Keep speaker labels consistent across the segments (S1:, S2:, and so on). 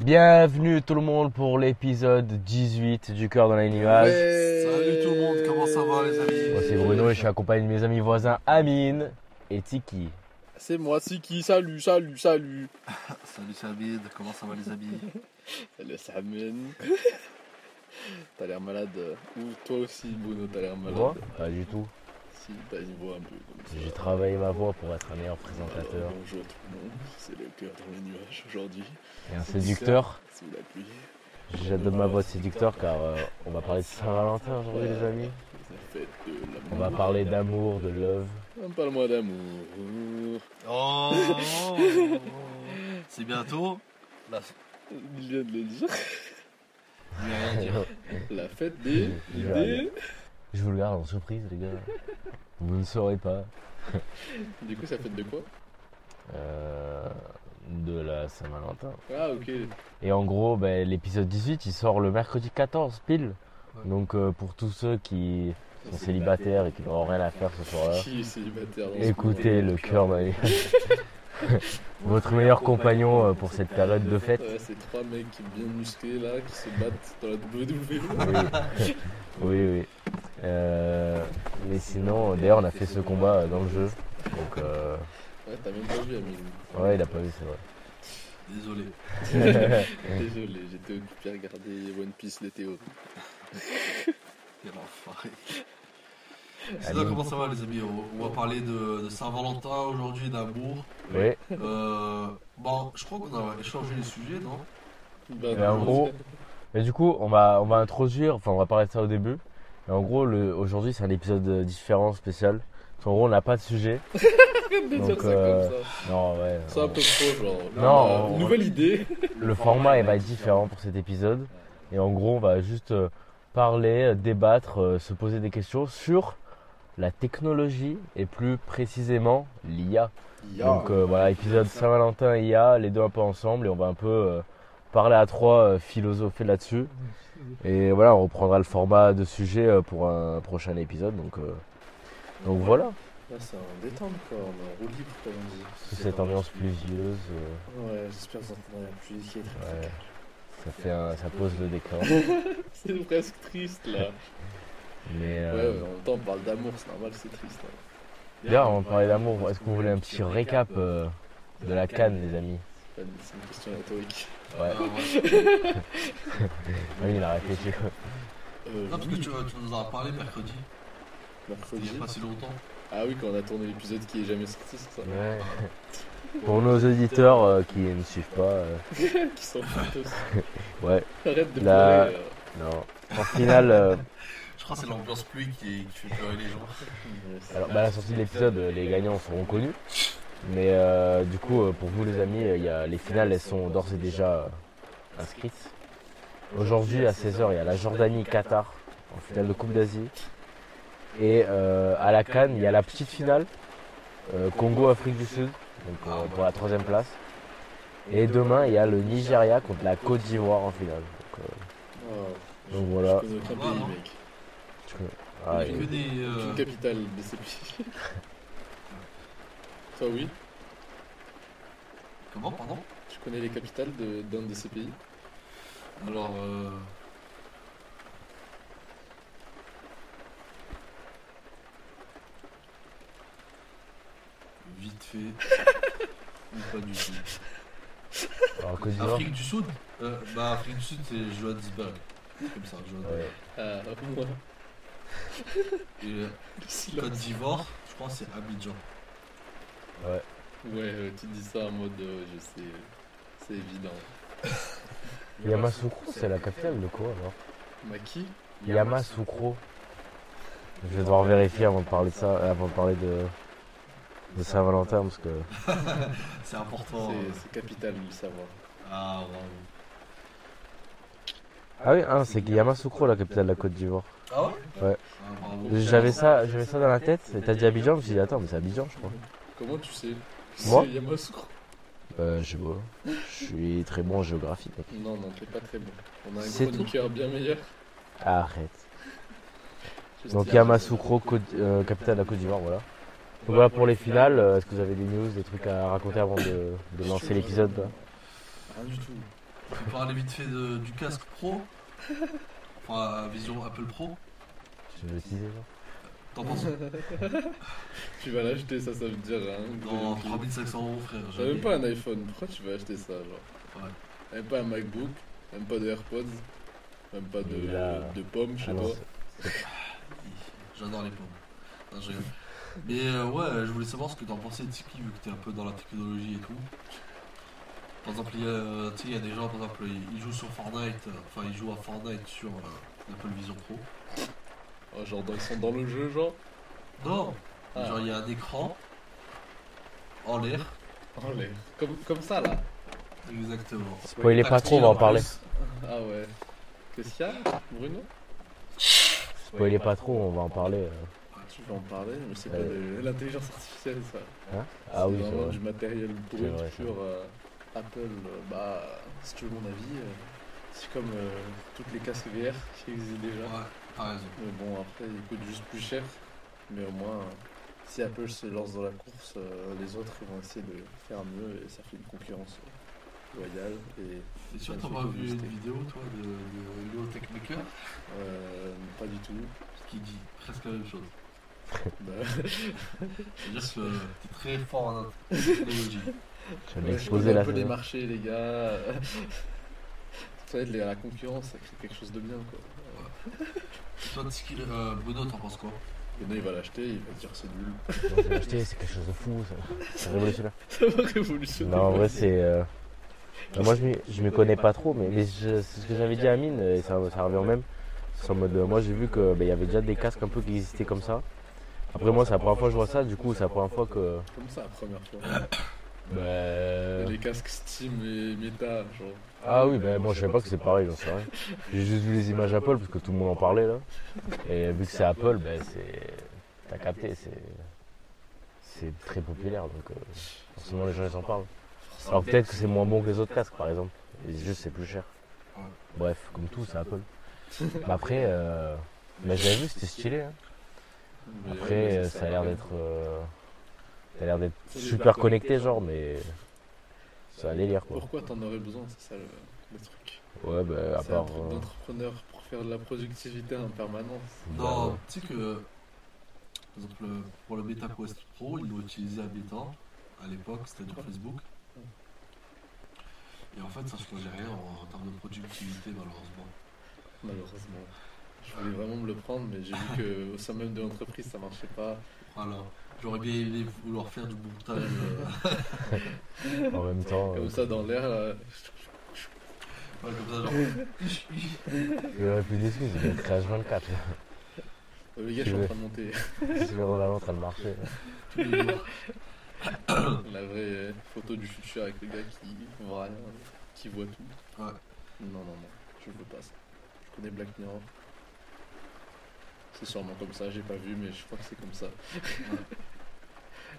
S1: Bienvenue tout le monde pour l'épisode 18 du cœur dans les nuages.
S2: Salut tout le monde, comment ça va les amis
S1: Moi c'est Bruno et je suis accompagné de mes amis voisins Amine et Tiki.
S3: C'est moi, Siki, salut, salut, salut.
S2: Salut Sabid, comment ça va les amis
S3: Le Samen. t'as l'air malade. Ou toi aussi, Bruno, t'as l'air malade.
S1: Moi Pas du tout.
S3: Si, t'as une voix un peu comme ça.
S1: J'ai travaillé ma voix pour être un meilleur
S3: Alors,
S1: présentateur
S3: bonjour tout le monde, c'est le cœur dans les nuages aujourd'hui,
S1: et un séducteur.
S3: sous la pluie.
S1: J'adore ma voix de séducteur car euh, on va parler de Saint-Valentin aujourd'hui les amis.
S3: Ça fait de
S1: On
S3: l'amour.
S1: va parler d'amour, de love.
S3: Parle-moi d'amour.
S2: Oh C'est bientôt la
S3: Il vient de le dire.
S2: Il y a rien à dire.
S3: La fête des.
S1: Il va
S3: des...
S1: aller. Je vous le garde en surprise les gars. Vous ne saurez pas
S3: Du coup, ça fête de quoi
S1: euh, de la Saint-Valentin.
S3: Ah, ok.
S1: Et en gros, ben, l'épisode 18, il sort le mercredi 14 pile.
S2: Ouais.
S1: Donc euh, pour tous ceux qui sont célibataires et qui n'auront rien à faire ce soir-là,
S3: Qui est célibataire dans ce
S1: écoutez le cœur dans les- Votre meilleur compagnon euh, pour cette période de
S3: monde
S1: fête.
S3: Ouais, c'est trois mecs qui bien musclés là, qui se battent dans la E. WWE.
S1: Oui, oui. oui. Euh, mais sinon, euh, d'ailleurs, on a fait ce combat euh, dans le jeu. Donc, euh,
S3: Ouais, t'as même pas vu, Amine.
S1: ouais, il a pas vu, c'est
S2: Désolé.
S1: vrai.
S3: Désolé, j'étais occupé à regarder One Piece les théories.
S2: Quel enfoiré.
S1: Allez.
S2: Sinon, comment ça va les amis On on va parler de, de Saint-Valentin aujourd'hui, d'amour.
S1: Oui.
S2: Euh, bon, je crois qu'on a échangé les sujets, non
S3: Ben,
S1: Et en gros, mais du coup, on va, on va introduire, enfin, on va parler de ça au début. Et en gros, le- aujourd'hui, c'est un épisode euh, différent, spécial. En gros, on n'a pas de sujet.
S3: de dire
S1: donc,
S3: ça
S1: euh,
S3: comme ça.
S1: Non, ouais.
S3: C'est un peu trop, genre.
S1: Non,
S3: euh,
S1: on-
S3: nouvelle idée.
S1: Le format il va être différent pour cet épisode. Et en gros, on va juste euh, parler, euh, débattre, euh, se poser des questions sur la technologie et plus précisément l'IA. Donc euh, voilà, épisode Saint-Valentin IA, les deux un peu ensemble et on va un peu euh, parler à trois, euh, philosopher là-dessus. Et voilà, on reprendra le format de sujet euh, pour un prochain épisode. Donc, euh, donc voilà,
S3: Là, c'est un détente, quoi. On est en roue libre, comme on dit.
S1: sous cette ambiance pluvieuse, euh,
S3: Ouais, j'espère que vous entendrez la pluie qui est très
S1: ouais, ça, fait un- ça pose le décor.
S3: C'est presque triste, là.
S1: Mais,
S3: Ouais,
S1: euh,
S3: ouais, en même temps, on parle d'amour, c'est normal, c'est triste. hein.
S1: D'ailleurs, on parlait d'amour. Est-ce que vous voulez un petit récap euh, de la canne, les amis
S3: C'est pas- c'est une question rhétorique.
S1: Ouais,
S2: Euh, ouais.
S1: Ah oui, il a réfléchi.
S3: Euh,
S2: Non, parce que
S3: oui,
S2: tu, tu nous en as parlé mercredi, il
S3: mercredi.
S2: n'y a pas si longtemps.
S3: Ah oui, quand on a tourné l'épisode qui est jamais sorti, c'est ça.
S1: Ouais. Pour nos auditeurs euh, qui ne suivent pas, euh,
S3: qui s'en fout aussi.
S1: ouais,
S3: Arrête de
S1: La-
S3: pleurer. là.
S1: non. En finale, euh,
S2: Je crois que c'est l'ambiance pluie qui, qui fait pleurer les gens.
S3: Yes.
S1: alors, bah, à la sortie de l'épisode, euh, les gagnants seront connus. Mais euh, du coup, euh, pour vous, les amis, euh, il y a, les finales, elles sont d'ores et déjà euh, inscrites. Aujourd'hui, à 16h, il y a la Jordanie-Qatar en finale de Coupe d'Asie. Et euh, à la Cannes, il y a la petite finale euh, Congo-Afrique du Sud, donc euh, pour la troisième place. Et demain, il y a le Nigeria contre la Côte d'Ivoire en finale. Donc, euh,
S3: Oh,
S1: donc voilà.
S3: je connais aucun
S2: Voilà.
S3: pays, mec.
S1: Ah,
S2: Il y a
S1: et-
S2: que des. euh,
S3: Aucune capitale de ces pays. Toi, oui,
S2: Comment, pardon
S3: tu connais les capitales de- d'un de, ces pays
S2: Alors, euh... Vite fait. Ou pas du tout.
S1: alors, Côte d'Ivoire
S2: Afrique du Sud euh, Bah, Afrique du Sud, c'est Johannesburg. C'est comme ça, Johannesburg.
S1: Ouais.
S3: Ah, moi.
S2: Et euh,
S3: le silence.
S2: Côte d'Ivoire, je pense que c'est Abidjan.
S3: Ouais, euh, tu dis ça en mode euh, je sais, c'est évident.
S1: Yamoussoukro, c'est la capitale de quoi alors
S3: Maki
S1: Yamoussoukro. Je vais devoir vérifier avant de parler de ça, euh, avant de parler de, de Saint-Valentin parce que.
S2: C'est important.
S3: c'est
S2: euh.
S3: c'est capitale, de le savoir.
S2: Ah, bravo.
S1: Ah oui, hein, c'est Yamoussoukro la capitale de la Côte d'Ivoire.
S2: Ah ouais
S1: Ouais.
S2: Ah, bravo.
S1: J'avais ça, j'avais ça dans la tête. et T'as dit Abidjan, je me suis dit attends, mais c'est Abidjan, je crois.
S3: Comment tu sais
S1: Moi
S3: C'est Yamoussoukro.
S1: Euh, je sais pas. Je suis très bon en géographie. mec.
S3: Non, non, t'es pas très bon. On a un
S1: C'est tout.
S3: chroniqueur bien meilleur.
S1: Arrête.
S3: Juste
S1: Donc
S3: hier,
S1: Yamoussoukro, Côte- euh, capitale de la Côte d'Ivoire, voilà. Donc voilà pour les finales. euh, Est-ce que vous avez des news, des trucs à raconter avant de, de lancer l'épisode là
S2: Rien du tout. On peut parler vite fait de- du casque pro. Enfin, vision Apple Pro.
S1: Tu veux teaser genre
S2: T'en penses
S3: Tu vas l'acheter, ça, ça veut dire. Hein,
S2: Dans
S3: que-
S2: 3500 euros, frère.
S3: T'as même
S2: jamais.
S3: pas un iPhone, pourquoi tu vas acheter ça genre
S2: Ouais.
S3: Même pas un MacBook, même pas de AirPods, même pas de,
S1: Et là-
S3: de pommes chez
S1: Ah non,
S3: toi.
S2: J'adore les pommes. Non, je rigole. Mais euh, ouais, je voulais savoir ce que t'en pensais, Tiki, vu que t'es un peu dans la technologie et tout. Par exemple, il y a, euh, tu sais, il y a des gens, par exemple, ils, ils jouent sur Fortnite, euh, enfin, ils jouent à Fortnite sur euh, l'Apple Vision Pro.
S3: Oh, genre dans- ils sont dans le jeu genre
S2: Non
S3: Ah.
S2: Genre, il y a un écran en l'air.
S3: Oh, les- comme, comme ça là
S2: Exactement.
S1: Spoiler pas trop, on va en parler.
S3: Ah ouais. Qu'est-ce qu'il y a Bruno
S1: Spoiler pas trop, on va en parler. euh.
S3: Ah, Tu veux en parler Mais c'est pas
S1: Euh.
S3: de l'intelligence artificielle ça.
S1: Ah
S3: C'est
S1: oui, c'est
S3: vraiment
S1: vrai.
S3: du matériel brut
S1: vrai, c'est
S3: pur euh, Apple. euh, bah, si tu veux mon avis, euh, c'est comme euh, toutes les casques VR qui existent déjà.
S2: Ouais, t'as raison.
S3: Mais bon, après, ils coûtent juste plus cher. Mais au moins, euh, si Apple se lance dans la course, euh, les autres ils vont essayer de faire mieux et ça fait une concurrence euh, loyale. Et
S2: T'es sûr que t'as pas vu une vidéo, toi, de, de Léo Techmaker
S3: euh, pas du tout.
S2: qui dit presque la même chose
S3: Bah,
S2: C'est-à-dire que t'es très fort en technologie.
S1: Tu vas
S3: ouais, je
S1: l'exposer
S3: connais un
S1: là.
S3: peu
S1: c'est
S3: les
S1: vrai.
S3: marchés, les gars. Vous savez, les- la concurrence, ça crée quelque chose de bien. Quoi.
S2: Toi, Tiki, euh, Bruno, t'en penses quoi
S3: Bruno, il va l'acheter, il va dire c'est nul.
S1: Non, je l'ai acheté, C'est quelque chose de fou, ça. c'est révolutionnaire.
S3: Ça va révolutionner.
S1: Non, en vrai,
S3: ouais
S1: c'est. euh, euh, Moi, je m'y- je m'y connais pas trop, mais, mais je- c'est ce que j'avais dit à Mine, et ça, ça revient au même. C'est en mode, euh, moi, j'ai vu qu'il y avait déjà des casques un peu qui existaient comme ça. Après, moi, c'est la première fois que je vois ça, du coup, c'est la première fois que.
S3: Comme ça, la première fois.
S1: Bah.
S3: Les casques Steam et Meta, genre.
S1: Ah oui, ben moi je savais pas que c'est pareil, j'en sais rien. J'ai juste vu les images Apple parce que tout le monde en parlait là. Et vu que c'est Apple, ben c'est. T'as capté, c'est. C'est très populaire donc euh, forcément les gens ils en parlent. Alors peut-être que c'est moins bon que les autres casques par exemple. Et juste c'est plus cher. Bref, comme tout, c'est Apple. Mais après, euh... mais j'avais vu, c'était stylé. hein.
S3: Mais, ouais,
S1: Après,
S3: mais
S1: euh,
S3: sert
S1: ça a
S3: à
S1: l'air
S3: rien.
S1: d'être. euh, Ça a l'air d'être
S3: C'est des
S1: super
S3: barcodes.
S1: connecté genre, mais. C'est un délire quoi.
S3: Pourquoi t'en aurais besoin C'est ça le, le truc.
S1: Ouais, ben à
S3: C'est un
S1: part.
S3: truc
S1: euh,
S3: d'entrepreneur pour faire de la productivité en permanence.
S1: bah,
S2: Non, tu sais que, par exemple, euh, pour le Meta Quest Pro, ils l'ont utilisé à bêta, à l'époque, c'était sur Facebook. Et en fait, ça changeait rien en, en termes de productivité, malheureusement.
S3: Malheureusement. Je voulais vraiment me le prendre, mais j'ai vu que au sein même de l'entreprise ça marchait pas.
S2: Voilà. J'aurais bien aimé vouloir faire du montage. euh,
S1: En même temps.
S3: Comme
S1: euh,
S3: ça dans l'air, là,
S2: ouais, comme ça, genre.
S1: Il n'y aurait plus d'excuses, il y a le Crash 24.
S3: euh, les gars, je suis en
S1: Ouais.
S3: train de monter.
S1: C'est le Roland en train de marcher.
S2: tous les jours.
S3: La vraie euh, photo du futur avec le gars qui voit rien, qui voit tout.
S2: Ouais.
S3: Non, non, non, je veux pas ça. Je connais Black Mirror. C'est sûrement comme ça, j'ai pas vu, mais je crois que c'est comme ça.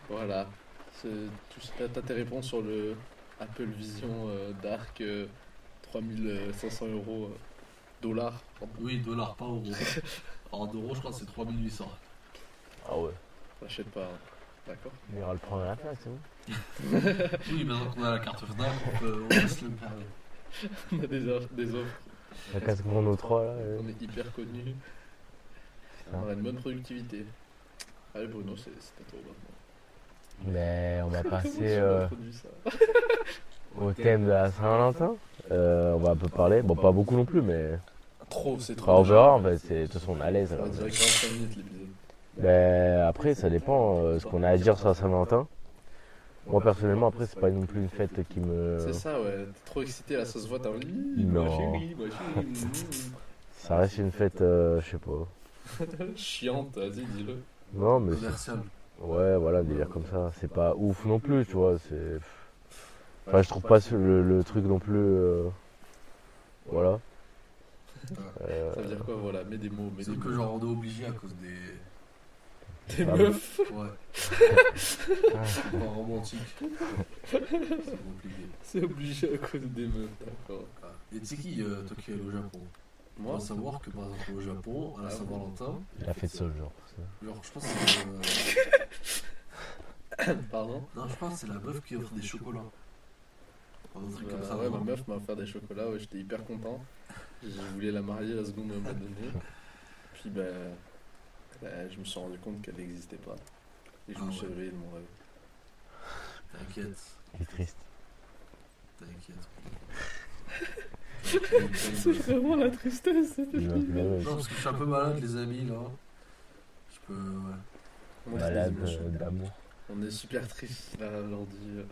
S3: voilà. C'est- tout ça- T'as tes réponses sur le Apple Vision euh, Dark euh, 3500 euros euh, dollars. pardon.
S2: Oui, dollars, pas euros. En euros, je crois que c'est 3800.
S1: Ah ouais.
S3: T'achètes pas, hein. d'accord
S1: Il ira le prendre à la hein. fin, c'est bon.
S2: Oui, maintenant qu'on a la carte FNAC, on peut, on peut se le permettre.
S3: On a des offres, des offres.
S1: La casque Mono 3 là. euh.
S3: On est hyper connu. On a une bonne productivité. Allez Bruno, c'est c'est à toi maintenant.
S1: Mais on va
S3: Comment
S1: passer
S3: tu
S1: euh,
S3: introduis ça
S1: au thème de la Saint-Valentin. Euh, on va un peu parler. Bon, pas beaucoup non plus, mais.
S3: Trop, c'est
S1: Enfin, on verra, en fait. Bah, c'est- De toute façon, on est à l'aise. alors.
S3: On dirait 45 minutes l'épisode.
S1: Mais après, ça dépend euh, ce qu'on a à dire sur la Saint-Valentin. Moi, personnellement, après, c'est pas non plus une fête qui me.
S3: C'est ça, ouais. T'es trop excité, là, ça se voit, t'as envie.
S1: Euh. Non. Ça reste une fête, euh, je sais pas.
S3: Chiante, vas-y, dis-le.
S1: Non, mais. c'est-
S2: Commercial.
S1: Ouais, voilà, un délire comme ça. C'est pas ouf non plus, tu vois. C'est. Enfin, je trouve pas ce- le, le truc non plus. euh, Voilà. Euh,
S3: Ça veut dire quoi, voilà, mets des mots, mets des
S2: C'est que
S3: mots.
S2: genre on est obligé à cause des.
S3: Des
S1: Ah,
S3: meufs
S2: Ouais.
S3: Ah.
S2: C'est pas romantique. C'est compliqué.
S3: C'est obligé à cause des meufs, d'accord.
S2: Ah. Et tu sais qui, euh, toi qui es allé au Japon On
S3: Moi, Ah,
S2: va savoir que par exemple au Japon, à la Saint-Valentin,
S1: La fête seule, genre.
S2: genre je pense que c'est. euh,
S3: pardon
S2: Non, je pense que c'est la meuf qui offre des chocolats. Enfin, un truc
S3: Bah,
S2: comme ça.
S3: ouais, ma
S2: vraiment.
S3: meuf m'a offert des chocolats, ouais, j'étais hyper content. Je voulais la marier la seconde où elle m'a donné. Puis bah, bah, je me suis rendu compte qu'elle n'existait pas. Et je
S2: Ah
S3: me suis
S2: ouais.
S3: réveillé de mon rêve.
S2: T'inquiète,
S1: C'est triste.
S2: t'inquiète.
S3: vraiment la tristesse, cette
S1: Il va pleurer.
S2: non, parce que je suis un peu malade, les amis, là. Je peux. Ouais.
S3: On est,
S1: Malade
S3: des émotions.
S1: euh, d'amour.
S3: On est super triste là aujourd'hui.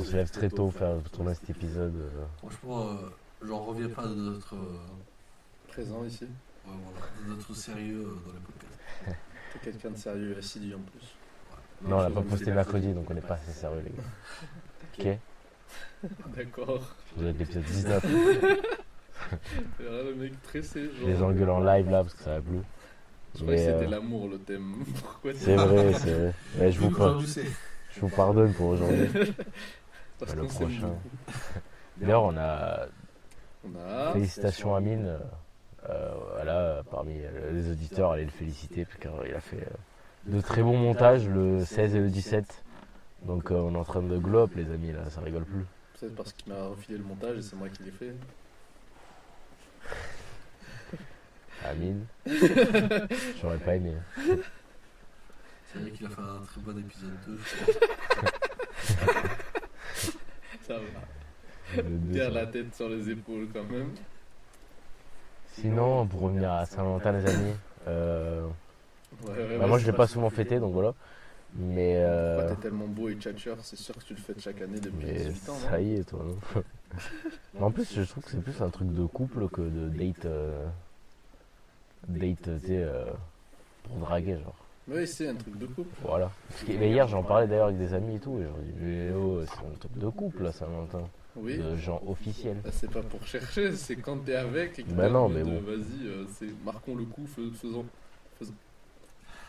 S1: On se lève très tôt pour faire tourner cet épisode. euh,
S2: Franchement, euh, j'en reviens pas de notre, euh, ouais,
S3: Présent ici.
S2: voilà, de notre sérieux euh, dans les podcasts.
S3: T'es quelqu'un de sérieux, assidu en plus.
S1: Non, on l'a
S3: je
S1: pas
S3: vous
S1: posté
S3: ai-
S1: mercredi, donc on n'est pas assez sérieux, les gars. Ok
S3: D'accord.
S1: Vous êtes l'épisode 19.
S3: Et là, le mec tressé, genre.
S1: Les engueules en live là, parce que ça a plu.
S3: Je croyais que
S1: Mais,
S3: c'était
S1: euh,
S3: l'amour le thème. Pourquoi tu-
S1: C'est vrai, c'est vrai. Mais je vous,
S2: Nous,
S1: par-
S2: aujourd'hui, c'est-
S1: je vous pardonne pour aujourd'hui.
S3: Parce
S1: le
S3: qu'on s'aime
S1: prochain.
S3: beaucoup.
S1: D'ailleurs, on a.
S3: On a.
S1: Félicitations à Mine. euh, euh, voilà, parmi euh, les auditeurs, allez le féliciter, parce qu'il a fait euh, de très bons montages le 16 et le 17. Donc euh, on est en train de glow up, les amis, là, ça rigole plus.
S3: Peut-être parce qu'il m'a refilé le montage et c'est moi qui l'ai fait.
S1: Amine. J'aurais pas aimé.
S2: c'est vrai qu'il a fait un très bon épisode 2.
S3: Ça va.
S1: Le deux, ça
S3: Terre
S1: va.
S3: la tête sur les épaules quand même.
S1: Sinon, pour revenir à Saint-Valentin, les amis, euh,
S3: Ouais, ouais,
S1: bah,
S3: ouais,
S1: moi
S3: c'est
S1: je l'ai pas souvent fêté, donc voilà. Mais, euh,
S3: Pourquoi t'es tellement beau et tchatcheur C'est sûr que tu le fêtes chaque année depuis
S1: mais
S3: 18 ans. non
S1: ça y est, toi. non Mais en plus, je trouve que c'est plus un truc de couple que de date. euh, date, tu sais, euh, pour draguer, genre.
S3: Mais oui, c'est un truc de couple.
S1: Voilà. Parce que- mais hier, j'en parlais d'ailleurs avec des amis et tout, et je leur dis, mais oh, c'est un truc de couple, là, Saint-Valentin.
S3: Oui.
S1: De gens officiels.
S3: Bah, c'est pas pour chercher, c'est quand t'es avec et que
S1: Bah
S3: t'es en
S1: non,
S3: mode,
S1: mais
S3: euh,
S1: bon.
S3: Vas-y, euh, c'est marquons le coup, fais- faisons. Faisons.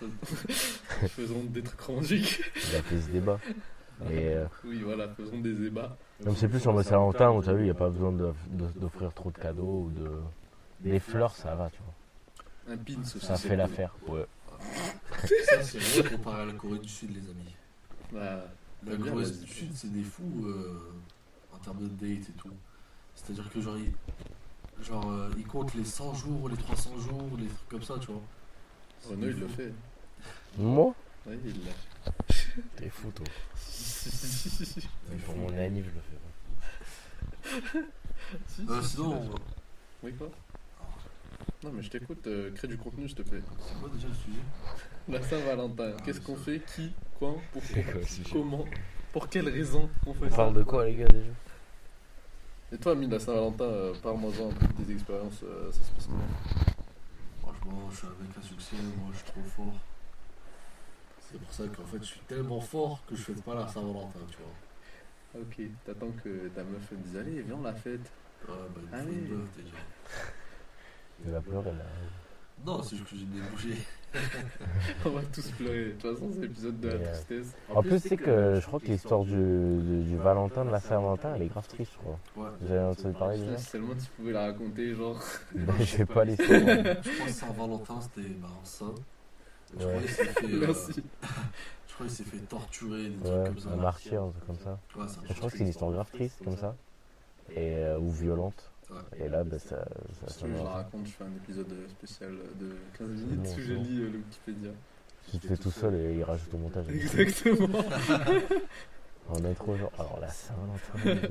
S3: faisons- faisons des trucs rangiques.
S1: Il a fait ce débat. Et. euh,
S3: Oui, voilà, faisons des ébats.
S1: Comme c'est euh, plus sur le Saint-Valentin où t'as vu, il n'y a pas besoin de- de- d'offrir trop de cadeaux ou de. Des fleurs, ça va, tu vois.
S3: Un pin, ce
S1: Ça fait l'affaire. Ouais.
S2: Ça, c'est vrai comparé à la Corée du Sud, les amis.
S3: Bah,
S2: La
S3: J'aime bien,
S2: Corée
S3: vas-y.
S2: du Sud, c'est des fous euh, en termes de date et tout. C'est-à-dire que genre, ils, genre, euh, ils comptent les 100 jours, les 300 jours, les trucs comme ça, tu vois.
S3: Renaud, il le fait.
S1: Moi
S3: Oui, il l'a.
S1: T'es fou, toi. Pour mon anniv, je le fais. pas.
S2: Euh, sinon,
S3: Oui, quoi Non, mais je t'écoute, euh, crée du contenu, s'il te plaît.
S2: c'est quoi déjà le sujet
S3: La
S2: Ah,
S3: Saint-Valentin, qu'est-ce qu'on fait Qui Quand Pourquoi
S1: quoi le sujet
S3: Comment Pour quelles raisons on fait
S1: On
S3: ça
S1: parle de quoi, les gars, déjà
S3: Et toi, Amine, la Saint-Valentin, euh, parle-moi-en un peu de tes expériences, euh, ça se passe comment
S2: Franchement, je suis avec un succès, moi je suis trop fort. C'est pour ça qu'en fait, je suis tellement fort que je fais pas la Saint-Valentin, tu vois.
S3: Ah, Ok, t'attends que ta meuf elle dise allez viens on la fête.
S2: Ouais, bah,
S3: Ah
S2: une fois
S3: oui.
S2: une meuf, déjà.
S1: Il va pleurer, là.
S2: Non, c'est juste que j'ai débouché.
S3: on va tous pleurer. De toute façon c'est l'épisode de la
S1: Yeah.
S3: tristesse.
S1: En plus, c'est que je crois que l'histoire du, du, du Valentin, de la Saint-Valentin, elle est grave triste, je crois.
S2: Ouais,
S1: Vous avez entendu parler déjà
S3: Putain, Si seulement tu pouvais la raconter genre.
S1: Je sais pas l'histoire.
S2: je pense que Saint-Valentin, c'était bah, en ça. Je
S1: Ouais.
S2: crois qu'il s'est fait, euh,
S3: Merci.
S2: je crois qu'il s'est fait torturer, des
S1: Ouais,
S2: trucs comme ça.
S1: un martyr, un truc comme ça.
S2: Ouais, ça
S1: Je crois que c'est une histoire grave triste, comme ça. Et, euh, ou violente. Et là, bah, ça. ça,
S3: Si
S1: ça
S3: tu veux je
S1: me-
S3: la raconte je fais un épisode euh, spécial de 15
S1: C'est
S3: minutes
S1: bon,
S3: où
S1: c'est
S3: je
S1: bon.
S3: lis euh, le Wikipédia.
S1: Tu te fais tout seul et il rajoute au montage.
S3: Exactement.
S1: En intro, genre, alors la Saint-Valentin.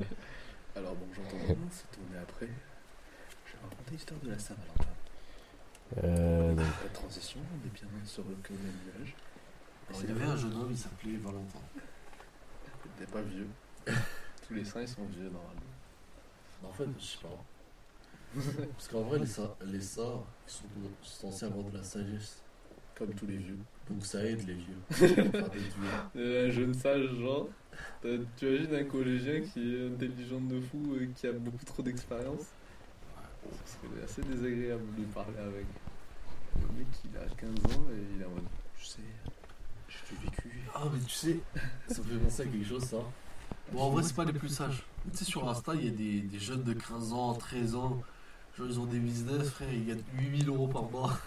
S3: Alors bon j'entends bien, c'est tourné après. Je vais raconter l'histoire de la Saint-Valentin.
S1: euh, donc,
S3: Pas de transition, on est bien sur le cœur d'un nuage.
S2: Alors, il y avait un jeune homme, il s'appelait Valentin.
S3: T'es pas vieux. Tous les saints ils sont vieux normalement.
S2: En fait, je sais pas. Parce qu'en vrai, les sa- les saints ils sont censés avoir de la sagesse.
S3: Comme tous les vieux.
S2: Donc ça aide les vieux. Enfin, des vieux.
S3: Euh, Un jeune sage, genre, t'as- tu imagines un collégien qui est intelligent de fou et qui a beaucoup trop d'expérience Ce serait assez désagréable de parler avec. Le mec, il a 15 ans et il est en mode, je sais, j'ai tout vécu.
S2: Ah, mais tu sais, ça me fait penser à quelque chose, ça. Bon, en vrai, c'est pas les plus sages. Mais Tu sais, sur Insta, il y a des, des jeunes de 15 ans, 13 ans. Genre, ils ont des business, frère, ils gagnent 8000 euros par mois.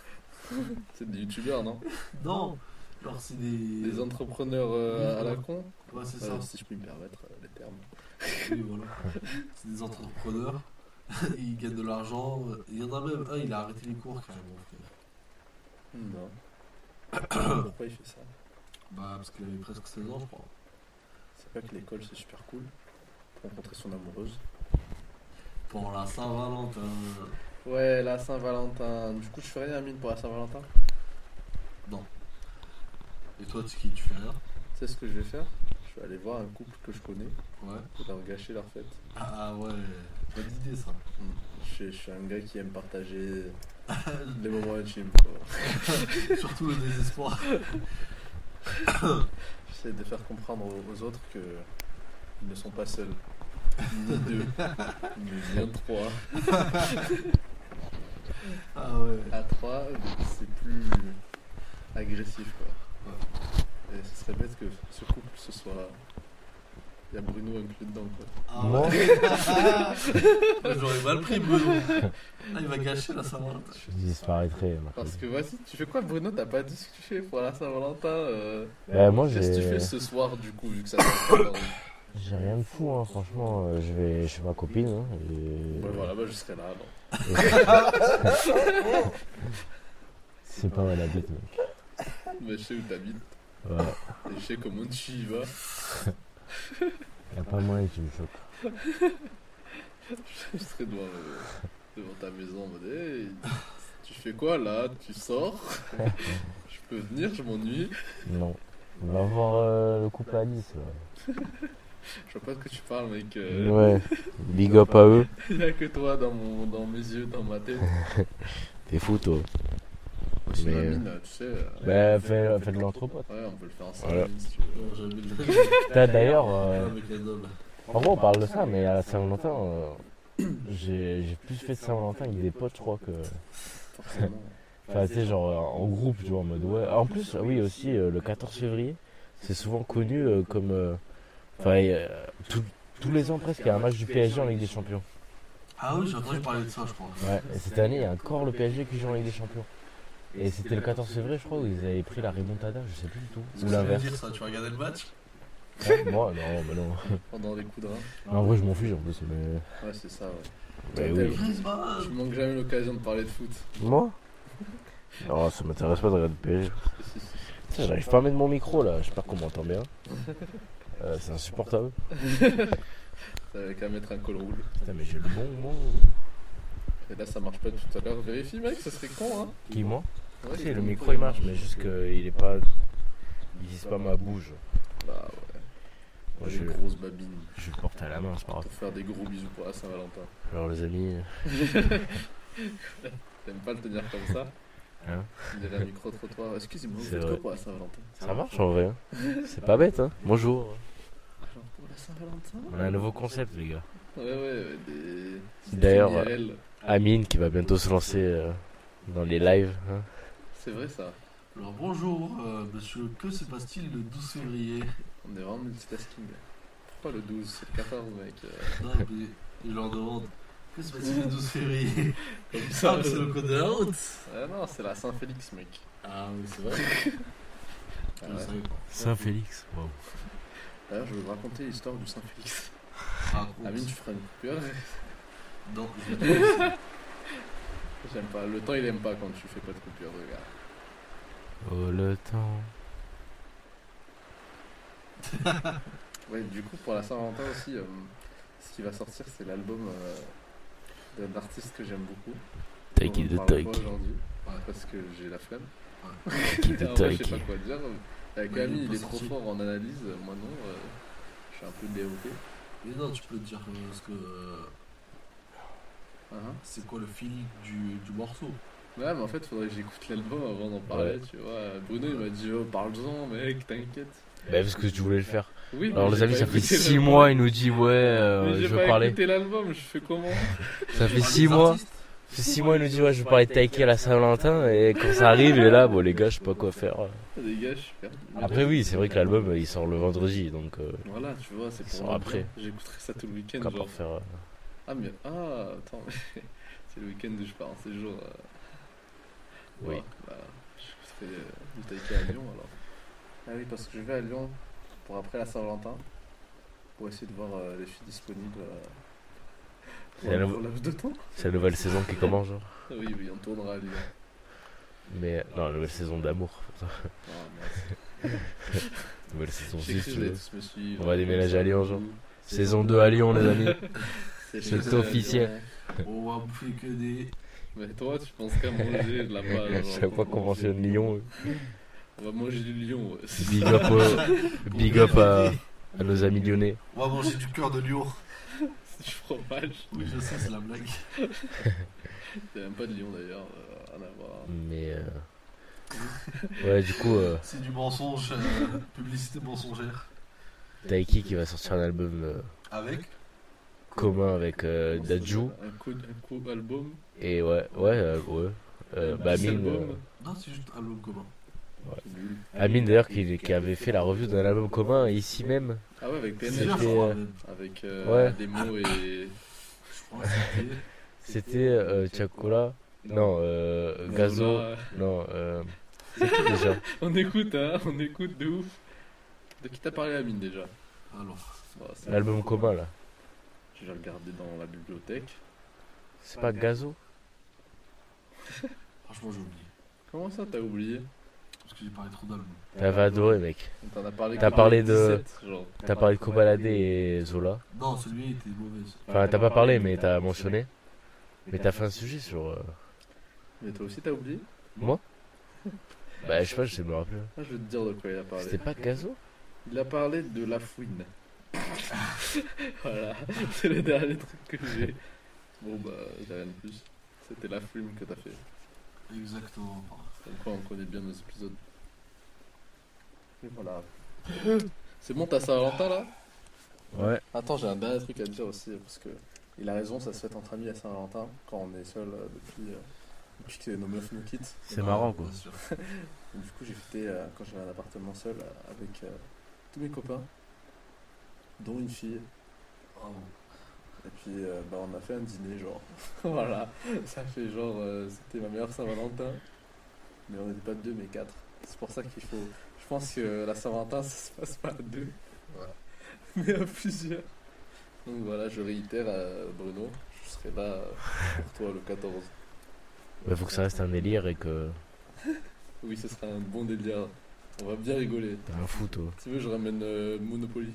S3: C'est des youtubeurs, non
S2: Non, Genre, c'est des.
S3: Des entrepreneurs euh, à la con,
S2: Ouais, c'est
S3: euh,
S2: ça.
S3: si je puis me permettre euh, le terme.
S2: Oui, voilà. C'est des entrepreneurs. Ils gagnent de l'argent. Il y en a même un, il a arrêté les cours carrément. frère.
S3: Non. Pourquoi il fait ça
S2: Bah, parce qu'il avait presque 16 ans, je crois.
S3: C'est pas que l'école c'est super cool pour rencontrer son amoureuse.
S2: Pour la Saint-Valentin.
S3: Ouais, la Saint-Valentin. Du coup, je fais rien, mine, pour la Saint-Valentin.
S2: Et toi, Tiki, tu fais rien
S3: C'est ce que je vais faire. Je vais aller voir un couple que je connais
S2: Ouais.
S3: et leur gâcher leur fête.
S2: Ah ouais, bonne idée ça.
S3: Je, je suis un gars qui aime partager les moments intimes. quoi.
S2: Surtout le désespoir.
S3: J'essaie de faire comprendre aux, aux autres que ils ne sont pas seuls. Ni deux, mais bien trois.
S2: Ah ouais.
S3: À trois, c'est plus agressif quoi. Et ce serait bête que ce couple ce soit. Il y a Bruno inclus dedans quoi.
S2: Ah
S1: Moi
S2: ouais. Ah, J'aurais mal pris, Bruno. Ah, il va gâcher la Saint-Valentin.
S1: Je hein, disparaîtrais. ma
S3: Parce
S1: chérie.
S3: que vas-y, tu fais quoi Bruno T'as pas dit ce que tu fais pour la Saint-Valentin euh,
S1: Euh, moi,
S3: Qu'est-ce que tu fais
S1: j'ai
S3: ce soir du coup vu que ça va
S1: j'ai rien de fou, hein, franchement. euh, Je vais chez ma copine. hein, et-
S3: Bah voilà, bah je serai là alors.
S1: C'est pas mal la bite, mec.
S3: Mais je sais où t'habites
S1: Ouais.
S3: et je sais comment tu y vas.
S1: Y'a pas moyen que tu me choques.
S3: Je serai devant, euh, devant ta maison en mode hey, tu fais quoi là Tu sors Je peux venir, je m'ennuie.
S1: Non. On va voir euh, le couple à 10. là.
S3: Je vois pas de quoi tu parles mec. euh,
S1: Ouais. Big up à eux.
S3: Il y a que toi dans, mon, dans mes yeux, dans ma tête.
S1: T'es fou, toi.
S3: Aussi
S1: Mais,
S3: la
S1: euh,
S3: mine, là, tu sais. euh,
S1: Bah, fais, fais de l'entrepôt.
S3: Ouais, on peut le faire ensemble
S1: Voilà.
S3: si tu veux.
S2: Non, J'avais le
S1: Putain, D'ailleurs,
S2: Ouais,
S1: euh,
S2: avec les hommes.
S1: en gros, on parle de ça, mais à la Saint-Valentin, euh, j'ai j'ai plus fait de Saint-Valentin avec des potes, je crois, que.
S3: Forcément.
S1: Enfin, tu sais, genre euh, en groupe, tu vois, en mode ouais. En plus, ah oui, aussi, euh, le 14 février, c'est souvent connu euh, comme. euh, Enfin, euh, tout- tous les ans presque, il y a un match du PSG en Ligue des Champions.
S2: Ah oui, j'ai entendu parler de ça, je crois.
S1: Ouais, et cette année, il y a encore le PSG qui joue en Ligue des Champions. Et c'était le 14 février, je crois, où ils avaient pris la remontada, je sais plus du tout. Ou
S2: Est-ce que ça veut
S1: l'inverse.
S2: dire ça Tu regardais le match
S1: Ouais, Moi, non, mais non.
S3: Pendant les coups de rein.
S1: En vrai, je m'en fiche en plus, mais.
S3: Ouais, c'est ça, ouais.
S1: Mais
S3: T'as
S1: oui.
S3: vu
S2: Griezmann
S3: Je manque jamais l'occasion de parler de foot.
S1: Moi Non, ça m'intéresse pas de regarder le PSG.
S3: Si, si, si.
S1: Putain, j'arrive pas à mettre mon micro là, j'espère qu'on m'entend bien. Euh, c'est insupportable.
S3: T'avais qu'à mettre un col roule.
S1: Putain, mais j'ai le bon mot.
S3: Et là, ça marche pas depuis tout à l'heure. Vérifie, mec, ça serait con, hein.
S1: Qui, moi
S3: Ouais,
S1: Si,
S3: il est
S1: le
S3: con,
S1: micro il marche, mais juste qu'il est pas. Il vise pas ma bouche.
S3: Bah ouais.
S1: Moi,
S3: j'ai
S1: je, Ah.
S3: une grosse babine.
S1: je le porte à la main, c'est pas grave.
S3: Pour faire des gros bisous pour la Saint-Valentin.
S1: Alors, les amis, hein.
S3: T'aimes pas le tenir comme ça
S1: Hein
S3: Il dirait un micro-trottoir. Excusez-moi, vous
S1: C'est
S3: faites
S1: vrai.
S3: quoi pour la Saint-Valentin
S1: ça marche en vrai. hein. C'est pas bête, hein. Bonjour.
S3: Alors, pour la Saint-Valentin
S1: On a un nouveau concept, les gars.
S3: Ouais, ouais, ouais, des.
S1: D'ailleurs, euh,
S3: des IRL.
S1: Amine qui va bientôt se lancer euh, dans les lives. hein.
S3: C'est vrai ça.
S2: Alors bonjour, euh, monsieur, que se passe-t-il le 12 février
S3: On est vraiment multitasking. Pourquoi le 12 C'est le 14, mec. euh,
S2: Non, mais il leur demande. Que se passe-t-il le 12 février
S3: Comme
S2: Ah,
S3: ça,
S2: mais c'est le code de la route
S3: Ah non, c'est la Saint-Félix, mec.
S2: Ah oui, c'est vrai.
S3: Ah,
S2: Je le
S3: ouais.
S2: savais pas.
S1: Saint-Félix. Wow.
S3: D'ailleurs, je vais vous raconter l'histoire du Saint-Félix.
S2: Ah,
S3: Amine, tu feras une coupure.
S2: Non, je l'ai pas.
S3: J'aime pas. Le temps, il aime pas quand tu fais pas de coupure, regarde.
S1: Oh, le temps.
S3: Ouais, du coup, pour la Saint-Valentin aussi, euh, ce qui va sortir, c'est l'album euh, d'un artiste que j'aime beaucoup.
S1: Take
S3: On en
S1: it,
S3: parle
S1: take
S3: pas
S1: it,
S3: aujourd'hui,
S2: Ouais.
S3: parce que j'ai la flemme.
S1: take
S3: Ah, en
S1: it,
S3: vrai, je
S1: take
S3: sais pas
S1: it.
S3: quoi dire. Avec
S2: Ouais, il est
S3: Camille,
S2: pas
S3: il est trop
S2: sorti.
S3: fort en analyse. Moi, non. euh, je suis un peu déroqué.
S2: Mais non, tu peux dire euh, ce que. euh,
S3: Hein
S2: C'est quoi le feeling du, du morceau
S3: Ouais, mais en fait, faudrait que j'écoute l'album avant d'en parler,
S1: Ouais.
S3: tu vois. Bruno, il m'a dit, oh, parle-en, mec, t'inquiète.
S1: Bah, parce que tu voulais le faire.
S3: Oui,
S1: Alors,
S3: mais
S1: les
S3: j'ai
S1: amis,
S3: pas
S1: ça fait
S3: écouté
S1: 6
S3: l'album.
S1: mois, il nous dit ouais,
S3: Mais
S1: euh,
S3: j'ai
S1: je veux
S3: pas
S1: parler.
S3: écouté l'album, je fais comment Ah,
S1: Ça
S2: Tu
S1: fait
S2: parles
S1: 6
S2: des
S1: mois.
S2: artistes
S1: Puis six mois, il nous dit, ouais, je veux parler de Taiki à la Saint-Valentin, et quand ça arrive, il est là, bon, les gars, je sais pas quoi faire.
S3: Les gars, je suis perdu. Mais
S1: Après, oui, c'est vrai que l'album, euh, il sort le vendredi, donc, euh,
S3: Voilà, tu vois, c'est
S1: Ils sont
S3: pour
S1: après.
S3: J'écouterai ça tout le week-end.
S1: qu'à
S3: genre.
S1: part faire. euh,
S3: Ah, mais. Ah, attends, mais c'est le week-end où je pars en séjour. euh.
S1: Oui.
S3: Ouais, bah, j'écouterai euh, du Taika à Lyon alors. Ah oui, parce que je vais à Lyon pour après la Saint-Valentin pour essayer de voir euh, les filles disponibles euh, pour
S1: Et
S3: un
S1: alors-
S3: court laps de temps.
S1: C'est la nouvelle saison qui commence, genre.
S3: Ah Oui, oui, on tournera à Lyon.
S1: Mais non, la nouvelle saison d'amour. putain.
S3: Oh, merde.
S1: Nouvelle saison
S3: J'ai cru
S1: 6.
S3: que vous allez tous me suivre.
S1: On va déménager à Lyon, genre.
S2: Saison
S1: Saison 2 à Lyon, les amis.
S2: C'est
S3: chez moi,
S1: officiel.
S3: Lyon.
S2: On va bouffer que des.
S3: Mais toi, tu penses qu'à manger de la
S1: À
S3: pâte. genre,
S1: chaque fois qu'on mentionne Lyon, euh.
S3: On va manger du lion, ouais. c'est
S1: big
S3: ça.
S1: up, au- big up à, à nos amis lyonnais.
S2: On va manger du cœur de Lyon.
S3: C'est du fromage.
S2: Oui, je sais, c'est la blague.
S3: Il n'y a même pas de lion d'ailleurs, euh, rien à voir.
S1: Mais. euh, Ouais, du coup, euh,
S2: C'est du mensonge, euh, publicité mensongère.
S1: Taiki qui va sortir un album euh,
S2: Avec
S1: commun avec euh,
S3: Comment ça
S1: Daju.
S3: s'appelle Un co un co- album
S1: Et ouais, ouais, euh, ouais. Euh, bah,
S3: Un petit
S1: Amine,
S3: album
S1: euh,
S2: Non, c'est juste un album commun.
S3: Nul.
S1: Amine d'ailleurs qui, qui avait fait la revue d'un album commun ici même.
S3: Ah ouais, avec
S2: C'est
S3: PNL.
S2: bien, je
S1: C'était,
S2: crois.
S1: euh,
S2: même.
S3: Avec euh, des mots et.
S2: Je crois que c'était.
S1: C'était euh, Chakola. Non, euh, Gazo.
S3: Voilà.
S1: Non, euh, c'est qui déjà
S3: On écoute, hein, on écoute de ouf. De qui t'as parlé, Amine déjà
S2: Alors,
S3: Bon, c'est-
S1: L'album commun là.
S3: Je vais regarder dans la bibliothèque.
S1: C'est pas Gazo
S2: franchement, j'ai oublié.
S3: Comment ça, t'as oublié
S2: Parce que j'ai parlé trop d'albums.
S1: T'avais adoré mec.
S3: T'en as parlé
S1: T'as
S3: quand
S1: parlé
S3: on était
S1: de-
S3: 17, genre.
S1: T'as parlé de Kobalade et Zola.
S2: Non, celui-là était mauvais.
S1: Enfin, t'as pas parlé mais t'as mentionné. Mais t'as fait un sujet sur. euh,
S3: Mais toi aussi, t'as oublié
S1: Bah, je sais pas, je sais me rappeler.
S3: Ah, Je vais te dire de quoi il a parlé.
S1: C'était pas Gazo
S3: Il a parlé de la fouine. voilà, c'est le dernier truc que j'ai. Bon bah, j'ai rien de plus. C'était la fouine que t'as fait.
S2: Exactement.
S3: Comme quoi, on connaît bien nos épisodes. Et voilà. C'est bon, t'as Saint-Valentin là
S1: Ouais.
S3: Attends, j'ai un dernier truc à dire aussi, parce que il a raison, ça se fait entre amis à Saint-Valentin, quand on est seul euh, depuis, euh, depuis que nos meufs nous quittent.
S4: C'est marrant quoi.
S2: Bien sûr.
S3: Et du coup, j'ai fêté euh, quand j'avais un appartement seul euh, avec euh, tous mes copains, dont une fille.
S2: Bravo.
S3: Et puis, euh, bah, on a fait un dîner, genre. voilà, ça fait genre, euh, c'était ma meilleure Saint-Valentin. Mais on n'était pas deux, mais quatre. C'est pour ça qu'il faut. Je pense que la Saint-Valentin, ça se passe pas à deux,
S2: Voilà.
S3: mais à plusieurs. Donc voilà, je réitère, euh, Bruno, je serai là euh, pour toi le 14.
S1: Bah, faut que ça reste un délire et que.
S3: Oui, ce sera un bon délire. On va bien rigoler.
S1: T'as un fou toi.
S3: Si tu veux, je ramène euh, Monopoly.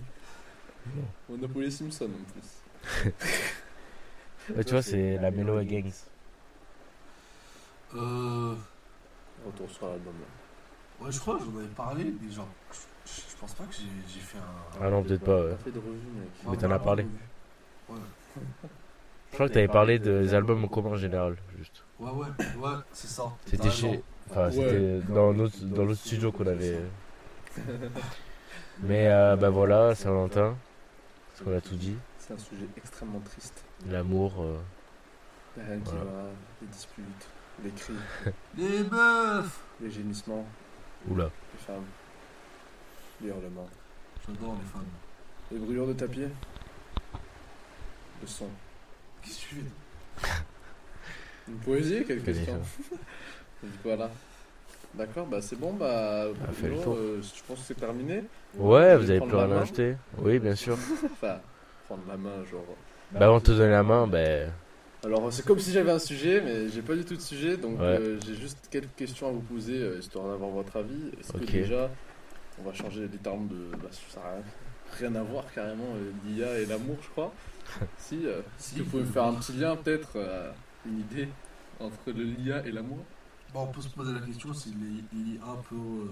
S3: Monopoly Simpson en plus.
S1: Bah, tu vois, c'est la Melo et Gangs.
S2: Euh.
S3: Retour sur l'album. là.
S2: Ouais, je crois que j'en avais parlé, mais genre, je, je pense pas que j'ai j'ai fait un.
S1: Ah non, peut-être pas, ouais.
S3: T'as fait de revue, mec.
S1: Mais t'en as parlé.
S2: Ouais,
S1: Je crois que t'avais parlé des albums en commun en général, juste.
S2: ouais, ouais, ouais c'est ça.
S1: C'était
S2: T'as
S1: chez-
S2: raison.
S1: Enfin,
S3: Ah, Ouais.
S1: c'était dans l'autre dans l'autre studio qu'on avait. Mais euh, bah voilà, Saint-Valentin, parce qu'on a tout dit.
S3: C'est un sujet extrêmement triste.
S1: L'amour, euh,
S3: La haine qui
S1: Voilà.
S3: va, les disputes, les cris,
S2: Les meufs
S3: les gémissements,
S1: oula.
S3: les femmes, les hurlements,
S2: J'adore les femmes.
S3: les brûlures de tapis, le son.
S2: Qu'est-ce que tu fais
S3: Une poésie, quelques
S1: Allez,
S3: questions. Donc voilà. D'accord, bah c'est bon, bah.
S1: On a fait Ah, le
S3: Bruno,
S1: tour.
S3: euh, je pense que c'est terminé.
S1: Ouais,
S3: Je
S1: vous
S3: vais
S1: avez
S3: prendre
S1: plus
S3: la
S1: rien à
S3: main.
S1: acheter Oui, bien sûr.
S3: Enfin, prendre la main, genre.
S1: Bah avant de te donner la main, bah
S3: Alors, c'est comme si j'avais un sujet, mais j'ai pas du tout de sujet, donc
S1: Ouais.
S3: euh, j'ai juste quelques questions à vous poser, euh, histoire d'avoir votre avis. Est-ce
S1: Ok.
S3: que déjà, on va changer les termes de. Bah, ça n'a rien, rien à voir carrément, euh, l'IA et l'amour, je crois. si, euh,
S2: Si.
S3: est-ce que vous pouvez me faire un petit lien, peut-être, euh, une idée entre le l'IA et l'amour
S2: Bon, on peut se poser la question si les- l'IA peut, euh,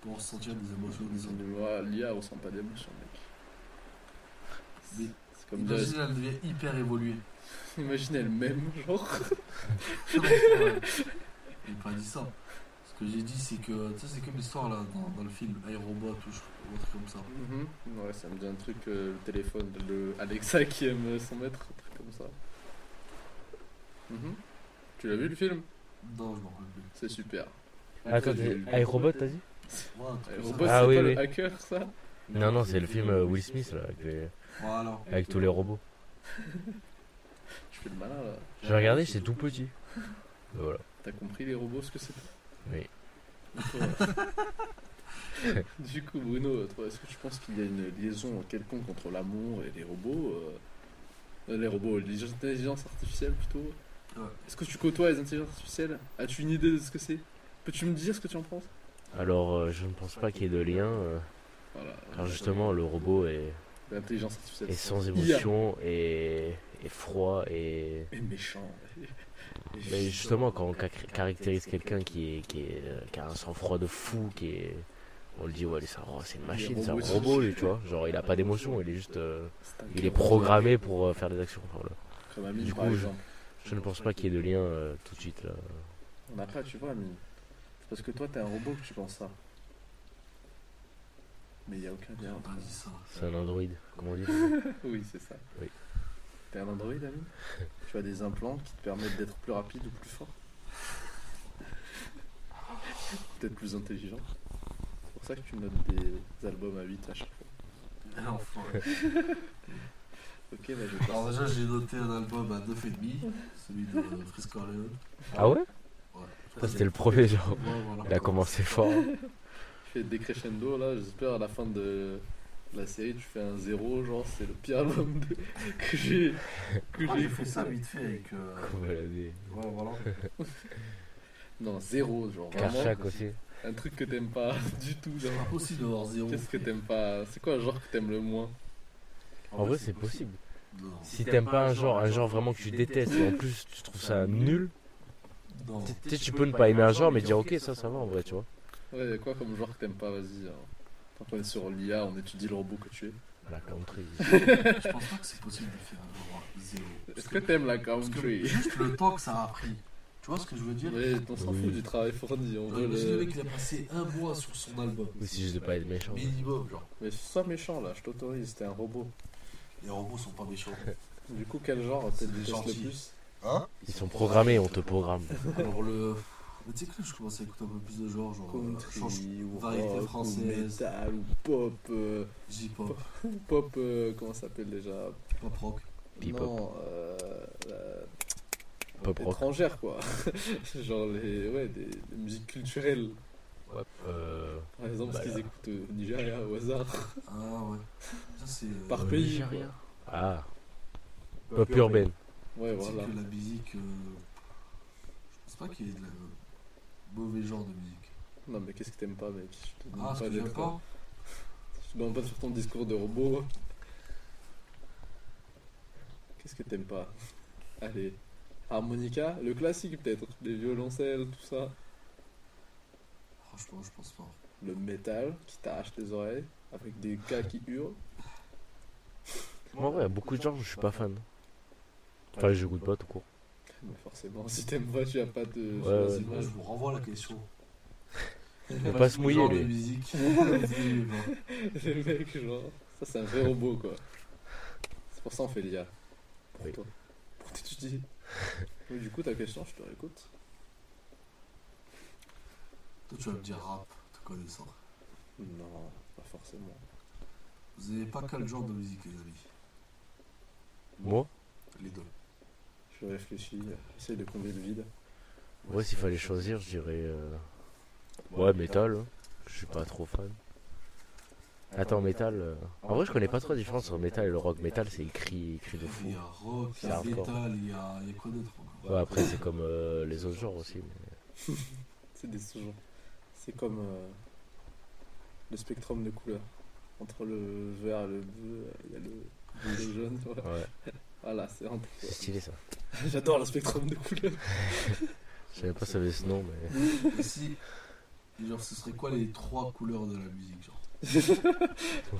S2: peut ressentir des émotions des autres.
S3: Moi, l'IA ressent pas d'émotion, mec.
S2: Mais
S3: C'est comme dire.
S2: imagine, elle devient hyper évoluée.
S3: Imagine elle-même, genre.
S2: Non, c'est vrai. J'ai pas dit ça. Ce que j'ai dit, c'est que. Tu sais, c'est comme l'histoire là, dans, dans le film iRobot ou je- ou un truc comme ça.
S3: Mhm. Ouais, ça me dit un truc, euh, le téléphone, le Alexa qui aime euh, son maître, un truc comme ça. Mhm. Tu l'as vu le film
S2: Non, je m'en rappelle plus.
S3: C'est super.
S1: Ah, Attends, tu- iRobot, t'as dit
S2: Ouais, un truc
S3: Le
S2: comme ça.
S3: robot,
S1: Ah
S3: c'est
S1: oui,
S3: pas
S1: oui.
S3: le hacker, ça
S1: Non, non, c'est le film euh, Will Smith là, avec, les-
S2: Voilà.
S1: avec tous les robots.
S3: Je fais le malin, là.
S1: J'ai regardé, c'est tout petit. Bah, Voilà.
S3: T'as compris les robots, ce que c'était
S1: Oui.
S3: Voilà. Du coup, Bruno, toi, est-ce que tu penses qu'il y a une liaison quelconque entre l'amour et les robots euh, euh, Les robots, les intelligences artificielles plutôt
S2: Ouais.
S3: Est-ce que tu côtoies les intelligences artificielles As-tu une idée de ce que c'est Peux-tu me dire ce que tu en penses
S1: Alors, euh, je ne pense pas qu'il y ait de lien, euh,
S3: Voilà.
S1: car justement, le robot est,
S3: L'intelligence artificielle.
S1: est sans
S3: IA.
S1: émotion et, et froid et.
S3: Et méchant. Et- et-
S1: Mais justement, quand on ca- caractérise quelqu'un qui, est, qui, est, euh, qui a un sang-froid de fou, qui est. On le dit, ouais, lui, c'est un ro- c'est une machine, c'est un
S3: robots,
S1: robot, lui, tu vois. Genre, il a pas d'émotion, il est juste. euh,
S3: c'est un
S1: il est
S3: cœur.
S1: programmé pour euh, faire des actions. Enfin, voilà.
S3: Comme Amine,
S1: Du
S3: par
S1: coup, je-
S3: exemple.
S1: Je ne pense pas qu'il y ait de lien euh, tout de suite là.
S3: On n'a pas, tu vois, Amine. C'est parce que toi, t'es un robot que tu penses ça. Mais il n'y a aucun
S2: J'ai
S3: lien entre
S2: pas dit ça.
S1: C'est un androïde, comment on dit
S3: Oui, c'est ça.
S1: Oui.
S3: T'es un androïde, Amine Tu as des implants qui te permettent d'être plus rapide ou plus fort Peut-être plus intelligent C'est pour ça que tu notes des albums à 8 à chaque fois.
S2: Enfin.
S3: Ok, bah je passe.
S2: Alors déjà j'ai noté un album à 9,5, celui de Chris Corleone.
S1: Ah ouais
S2: Ouais.
S1: Ça, C'était le premier, genre.
S2: Ouais, voilà.
S1: Il a commencé fort.
S3: Tu fais des crescendo là, j'espère à la fin de la série tu fais un zéro, genre c'est le pire album de- que j'ai que
S2: Ah,
S3: j'ai
S2: j'ai fait ça vite fait avec. euh,
S1: Comme elle a dit.
S2: Ouais, voilà.
S3: Non, zéro, genre vraiment
S1: Karchak aussi.
S3: un truc que t'aimes pas du tout.
S2: C'est
S3: genre.
S2: impossible d'avoir zéro.
S3: Qu'est-ce que t'aimes pas C'est quoi le genre que t'aimes le moins
S1: En vrai, c'est possible.
S2: Non,
S1: Si t'aimes pas un genre, un genre vraiment que tu détestes, et en plus tu trouves ça nul,
S2: non.
S1: tu tu sais, tu peux ne pas aimer un genre, mais dire ok, ça, ça va en vrai, tu vois.
S3: Ouais, y a quoi comme genre que t'aimes pas Vas-y. hein. Tant qu'on est sur l'IA, on étudie le robot que tu es.
S1: La country.
S2: Je pense pas que c'est possible de faire un genre à zéro. Parce
S3: Est-ce
S2: que,
S3: que t'aimes la
S2: parce que
S3: country
S2: juste le temps que ça a pris. Tu vois ce que je veux dire
S3: Ouais, on s'en
S1: Oui.
S3: fout du travail fourni. On
S2: Ouais,
S3: veut
S2: Imagine le
S3: le...
S2: mec il a passé un mois sur son album.
S1: Ou si juste de pas être méchant.
S2: Minimum, genre.
S3: Mais sois méchant là, je t'autorise, t'es un robot.
S2: Les robots sont pas méchants.
S3: Du coup, quel genre
S2: C'est
S3: t'aimes le
S2: gentil.
S3: plus
S2: Hein
S1: Ils sont programmés, on te programme.
S2: Alors le. Mais tu sais que je commence à écouter un peu plus de genres, genre. euh, change-
S3: country ou
S2: variété
S3: rock,
S2: française.
S3: ou métal ou pop euh,
S2: J-pop,
S3: pop euh, comment ça s'appelle déjà
S2: pop rock.
S1: Hip-hop.
S3: non euh, euh,
S1: Pop rock.
S3: étrangère quoi genre les ouais des, des musiques culturelles
S1: Ouais. Euh,
S3: par exemple
S1: Bah,
S3: ce qu'ils
S1: là.
S3: écoutent au Nigeria au hasard
S2: Ah ouais. Ça c'est. euh,
S3: par
S1: euh,
S3: pays
S1: Nigeria. Ah. Pop urbaine.
S3: quoi. ouais
S2: Tu sais
S3: voilà
S2: que la musique. euh, Je pense pas qu'il y ait de la... mauvais genre de musique.
S3: non mais qu'est-ce que t'aimes pas mec je te demande
S2: Ah, ce
S3: pas
S2: que j'aime
S3: d'être-
S2: pas
S3: je te demande pas de faire ton discours de robot qu'est-ce que t'aimes pas allez harmonica le classique peut-être les violoncelles tout ça
S2: Franchement, je pense pas.
S3: le métal qui t'arrache les oreilles avec des gars qui hurlent.
S1: Moi, en vrai, il y a beaucoup de genres où je suis pas fan. Enfin, je goûte pas tout court.
S3: Mais forcément, si t'aimes pas, tu as pas de.
S1: Ouais,
S2: Vas-y,
S1: Euh, ouais.
S2: moi, je vous renvoie la question. Il
S1: peut pas se mouiller,
S2: genre de
S1: lui.
S2: musique. Vas-y, bah.
S3: Le mec, genre. Ça, c'est un vrai robot, quoi. C'est pour ça on fait l'IA. Pour
S1: Oui.
S3: toi. Pour t'étudier. Donc, du coup, ta question, je te réécoute.
S2: Toi, tu vas me dire rap, te connaissant.
S3: Non, pas forcément.
S2: Vous avez pas quel genre de musique, les amis
S1: Moi
S2: Les deux.
S3: Je réfléchis, j'essaie de combler le vide.
S1: Ouais, s'il fallait choisir, je dirais. euh, Ouais, métal. hein. Je suis pas trop fan. Attends, métal. euh, En vrai, je connais pas trop la différence entre métal et le rock. Métal, c'est il crie, il crie de fou.
S2: Il y a rock, il y
S1: C'est
S2: a
S1: hardcore.
S2: metal, il y a, il y a quoi d'autre encore
S1: Ouais, après, c'est comme euh, les autres genres aussi. mais-
S3: C'est des sous-genres. C'est comme euh, le spectrum de couleurs. Entre le vert et le bleu, il y a le, le jaune. Voilà,
S1: Ouais,
S3: Voilà, c'est entre.
S1: c'est stylé ça.
S3: J'adore le spectrum de couleurs.
S1: Je savais pas si ça avait ce nom, mais.
S2: Et si, et genre, ce serait quoi les trois couleurs de la musique genre
S1: Ouais,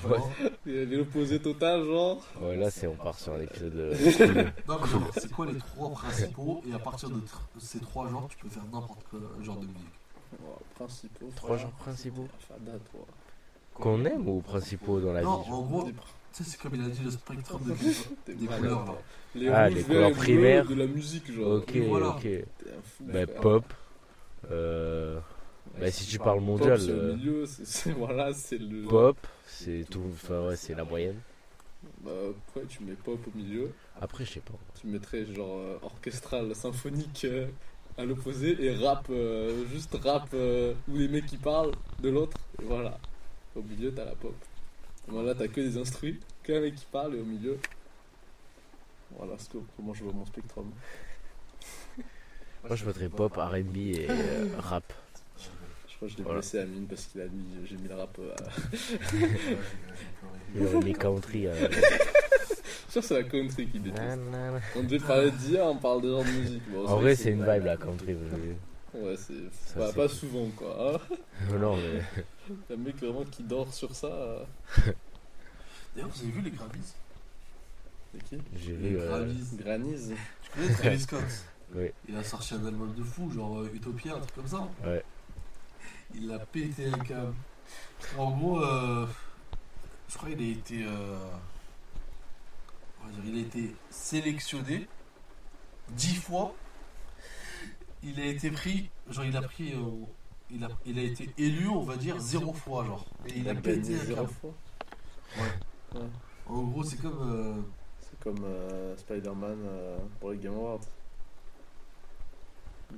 S2: Genre,
S3: Et L'opposé total, genre.
S1: ouais, là, c'est on part sur un épisode. euh, de-
S2: Non, mais genre, c'est quoi les trois principaux Et à partir de tr- ces trois genres, tu peux faire n'importe quel genre de musique.
S3: Oh, principaux.
S1: Trois
S3: frère.
S1: genres principaux.
S3: Fada, toi.
S1: Qu'on aime ou principaux dans la vie
S2: Non,
S1: genre
S2: en gros,
S3: Des
S2: tu sais, c'est comme il a dit le spectrum de musique.
S3: T'es
S2: Des
S3: malade,
S2: couleurs,
S3: toi.
S2: là.
S3: Les
S1: Ah,
S3: rouges,
S1: les
S3: verts
S1: couleurs
S3: et bleus
S1: primaires.
S3: De la musique, genre.
S1: Ok,
S2: Voilà.
S1: ok.
S3: T'es un fou.
S1: Bah,
S3: frère.
S1: pop. Euh. Bah, si tu parles
S3: Pop,
S1: mondial,
S3: c'est au
S1: euh,
S3: milieu, c'est- c'est. Voilà, c'est le.
S1: pop, c'est tout. Enfin, ouais, c'est la moyenne.
S3: Bah, ouais, tu mets pop au milieu.
S1: Après, je sais pas.
S3: Tu mettrais, genre, euh, orchestral, symphonique. euh, à l'opposé et rap, euh, juste rap euh, ou les mecs qui parlent de l'autre. Et voilà. Au milieu, t'as la pop. Voilà, t'as que des instruits, qu'un mec qui parle et au milieu. Voilà ce que, comment je vois mon spectrum.
S1: Moi, je voterais pop, hein. RB et euh, rap.
S3: Je crois que je l'ai
S1: Voilà.
S3: blessé à mine parce qu'il a mis, j'ai mis le rap. euh, à-
S1: Il aurait mis country. euh,
S3: Je suis sûr que c'est la country qui déteste.
S1: nanana.
S3: On devait parler d'IA, on parle de genre de musique. Bon,
S1: En vrai, c'est une vibe la country.
S3: Ouais, c'est
S1: Ça,
S3: bah,
S1: c'est
S3: pas
S1: cool.
S3: souvent quoi. hein.
S1: Euh, Non, mais.
S3: Le mec vraiment qui dort sur ça. euh,
S2: D'ailleurs, vous avez vu les Grammys
S3: C'est qui
S1: J'ai
S2: Les
S1: vu. euh,
S2: Grammys.
S3: Granise.
S2: Tu connais Travis Scott
S1: Oui.
S2: Il a sorti un album de fou, genre euh, Utopia, un truc comme ça.
S1: Ouais.
S2: Il a pété un câble. En gros, euh, je crois qu'il a été. euh, on va dire, il a été sélectionné 10 fois. Il a été pris. Genre, il a pris. euh, il, a, il a été élu, on va dire, 0 fois, genre. Et il a pété
S3: gagné
S2: un
S3: zéro
S2: câble.
S3: fois.
S2: En gros, c'est comme. euh,
S3: C'est comme euh, Spider-Man euh, pour les Game Awards.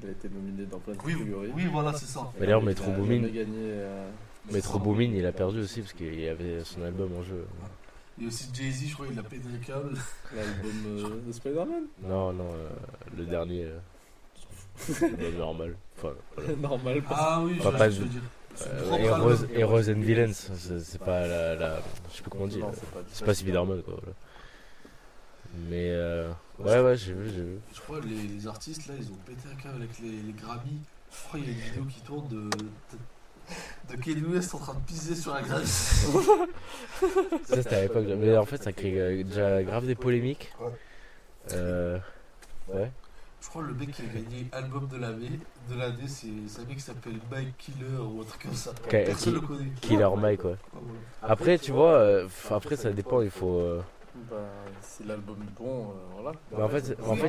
S3: Il a été nominé dans plein de
S2: Oui,
S3: catégories.
S2: oui, voilà, c'est ça.
S3: Et
S1: Mais d'ailleurs,
S3: il a
S1: Metro
S3: jamais
S1: Boomin.
S3: gagné, euh,
S1: Metro Boomin, il a perdu aussi parce qu'il avait son album en jeu.
S2: Et aussi Jay-Z, je crois, il a pété un câble.
S3: l'album euh, de Spider-Man.
S1: Non, non, euh, le dernier. euh, l'album normal. Enfin, voilà.
S3: Normal. parce-
S2: Ah oui, je
S1: Enfin,
S2: vois
S1: pas
S2: ce que
S1: de-
S2: tu veux dire. Son
S1: Euh,
S2: propre
S1: Heroes,
S2: album.
S1: Heroes and Villains, c'est c'est pas la, la- Je sais plus comment on dit.
S3: Non,
S1: là.
S3: c'est pas,
S1: C'est pas Spider-Man quoi. voilà. Mais euh, ouais, ouais, j'ai vu, j'ai vu.
S2: Je crois que les, les artistes là, ils ont pété un câble avec les, les Grammy. Je crois qu'il y a une vidéo qui tourne de, de, de Kanye West en train de piser sur la Grammy.
S1: Ça, c'était à l'époque. de- Mais en fait, ça crée euh, déjà grave des polémiques. Euh, ouais.
S2: Je crois que le mec qui a gagné album de l'année, de l'année, c'est c'est un mec qui s'appelle Mike Killer ou un truc comme ça.
S1: Qui-
S2: Personne
S1: qui-
S2: le connaît.
S1: Killer Mike quoi.
S2: Ah, voilà.
S1: Après, tu vois, euh, f- après ça dépend. Il faut. euh,
S3: Bah, c'est l'album bon, euh, voilà.
S1: mais en fait, en
S2: Oui,
S1: fait,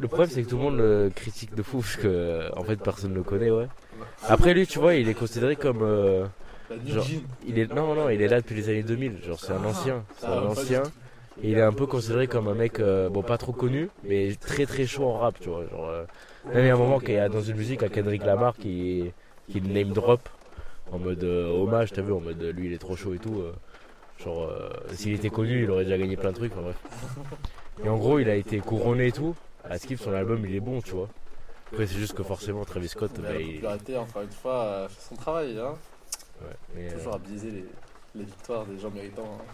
S1: le problème c'est que tout le monde le critique de fou parce que euh, en fait personne le connaît, ouais.
S2: Ouais.
S1: Après lui, tu vois, il est considéré comme. euh,
S3: La New
S1: Genre-
S3: Jean.
S1: il est non, non, il est là depuis les années 2000. Genre, c'est un ancien, c'est
S3: Ah,
S1: un
S3: pas
S1: ancien.
S3: du tout.
S1: Et il est un peu considéré comme un mec, euh, bon, pas trop connu, mais très très chaud en rap, tu vois. Genre, euh, même il y a un moment qu'il y a dans une musique à Kendrick Lamar qui, qui le name drop en mode euh, hommage, t'as vu, en mode euh, lui il est trop chaud et tout. euh, genre, euh, s'il était connu, il aurait déjà gagné plein de trucs, enfin bref. Et en gros, il a été couronné et tout. À Skip, son album il est bon, tu vois. Après, c'est juste que forcément, Travis Scott,
S3: Mais
S1: bah,
S3: la
S1: il.
S3: popularité, encore une fois, euh, fait son travail. Hein.
S1: ouais, mais, euh,
S3: Toujours à biaiser les, les victoires des gens méritants. hein.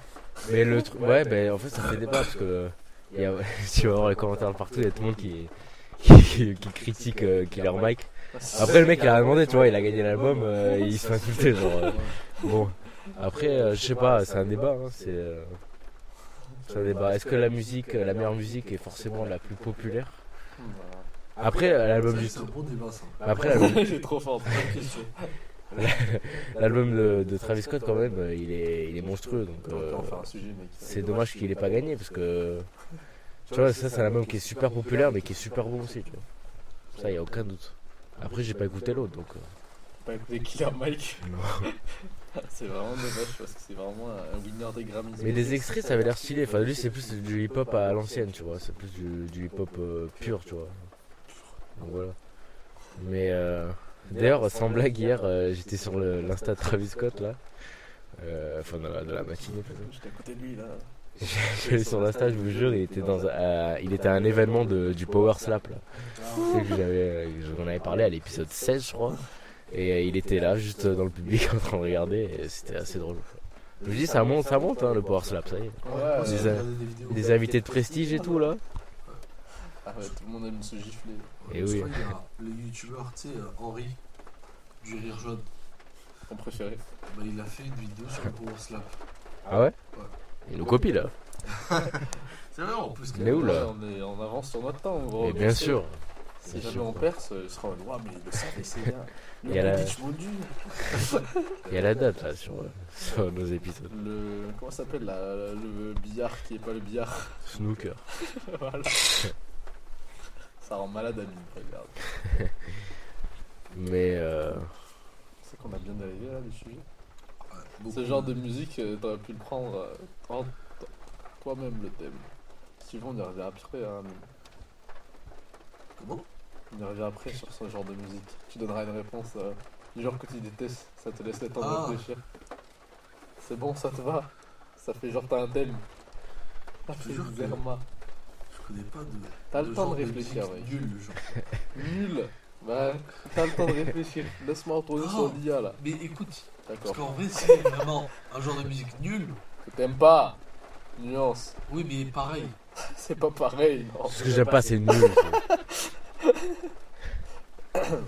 S1: Mais le truc, ouais, ben en fait, ça fait débat parce que euh, il y a- tu vas voir les commentaires de partout, il y a tout le monde qui, qui, qui critique euh, Killer Mike. Après, le mec, il a demandé, tu vois, il a gagné l'album, euh, il se fait insulter, genre. euh, bon, après, euh, je sais pas, c'est un débat, hein, c'est. euh, c'est un débat. Est-ce que la musique, euh, la meilleure musique est forcément la plus populaire
S3: Voilà.
S1: Après, euh, l'album du.
S2: C'est un bon débat ça.
S1: Après, l'album-
S3: Il est trop fort.
S2: Bonne question.
S1: l'album de, de Travis Scott, quand même, euh, il est, il est monstrueux, donc.
S3: On peut
S1: euh,
S3: en faire un sujet, mec.
S1: C'est dommage qu'il ait pas gagné parce que. Tu vois, ça, c'est un album qui est super populaire mais qui est super bon aussi, tu vois. Ça, y a aucun doute. Après, j'ai pas écouté l'autre donc. euh,
S3: Faut Pas écouter Killer Mike.
S1: Non.
S3: c'est vraiment dommage parce que c'est vraiment un winner des Grammys.
S1: Mais des extraits, ça avait l'air stylé. Enfin, lui, c'est plus du hip-hop à l'ancienne, tu vois. C'est plus du, du hip-hop euh, pur, tu vois. Donc voilà. Mais. euh, D'ailleurs, sans blague, hier, euh, j'étais sur le- l'insta de Travis Scott là. Euh, Enfin, dans la, dans la matinée, plutôt.
S3: J'étais à côté de lui là.
S1: J'allais sur l'insta, je vous jure, il était dans un- euh, il était à un événement de, du Power Slap là. Tu sais que j'avais, euh, j'en avais parlé à l'épisode 16, je crois. Et euh, il était là, juste euh, dans le public, en train de regarder, et c'était assez drôle. quoi. Je me dis, ça monte, ça monte, hein, le Power Slap, ça y est.
S3: Ouais,
S2: Moi, j'ai
S1: des-
S2: regardé des vidéos.
S1: Des invités de prestige et tout, là.
S3: Ah ouais, tout le monde aime se gifler.
S1: Et
S2: Je
S1: Eh oui.
S2: crois qu'il y a le youtubeur, tu sais, euh, Henri, du Rire Jaune.
S3: Mon préféré.
S2: Bah, il a fait une vidéo sur le Power Slap.
S1: Ah ouais Il nous copie, là.
S2: C'est vrai en plus.
S1: Mais où, là
S3: Ouais, on, est, on avance sur notre temps, en gros.
S1: Mais bien sûr.
S3: Si
S1: Bien
S3: jamais
S1: sûr.
S3: on perce, euh, il sera en mode Ouah, mais il le savait, c'est bien.
S1: Il y a la-
S3: Le Bitch Mondu.
S1: Il y a la date, là, sur, euh, sur nos épisodes.
S3: Le. Comment ça s'appelle là Le billard qui est pas le billard.
S1: Snooker.
S3: voilà. Ça rend malade à mine, regarde.
S1: Mais. Euh...
S3: C'est qu'on a bien dérivé là du sujet.
S2: beaucoup.
S3: Ce genre de musique, euh, t'aurais pu le prendre euh, en- t- toi-même le thème. Suivant, on y reviendra après. Hein.
S2: Comment
S3: On y y revient après sur ce genre de musique. Tu donneras une réponse euh, du genre que tu détestes, ça te laisse le temps
S2: Ah.
S3: de réfléchir. C'est bon, ça te va Ça fait genre t'as un thème. Ah,
S2: te
S3: c'est
S2: jure que-
S3: Zerma.
S2: Je connais pas de.
S3: T'as
S2: de
S3: le temps
S2: genre
S3: de réfléchir,
S2: musique
S3: ouais.
S2: Nul, genre.
S3: Nul Bah, t'as le temps de réfléchir. Laisse-moi retourner sur
S2: Ah.
S3: l'IA là.
S2: Mais écoute, parce
S3: D'accord.
S2: qu'en vrai, c'est vraiment un genre de musique nul.
S3: Que t'aimes pas Nuance.
S2: Oui, mais pareil.
S3: C'est pas pareil, non.
S1: Ce que j'aime pas, c'est nul. c'est-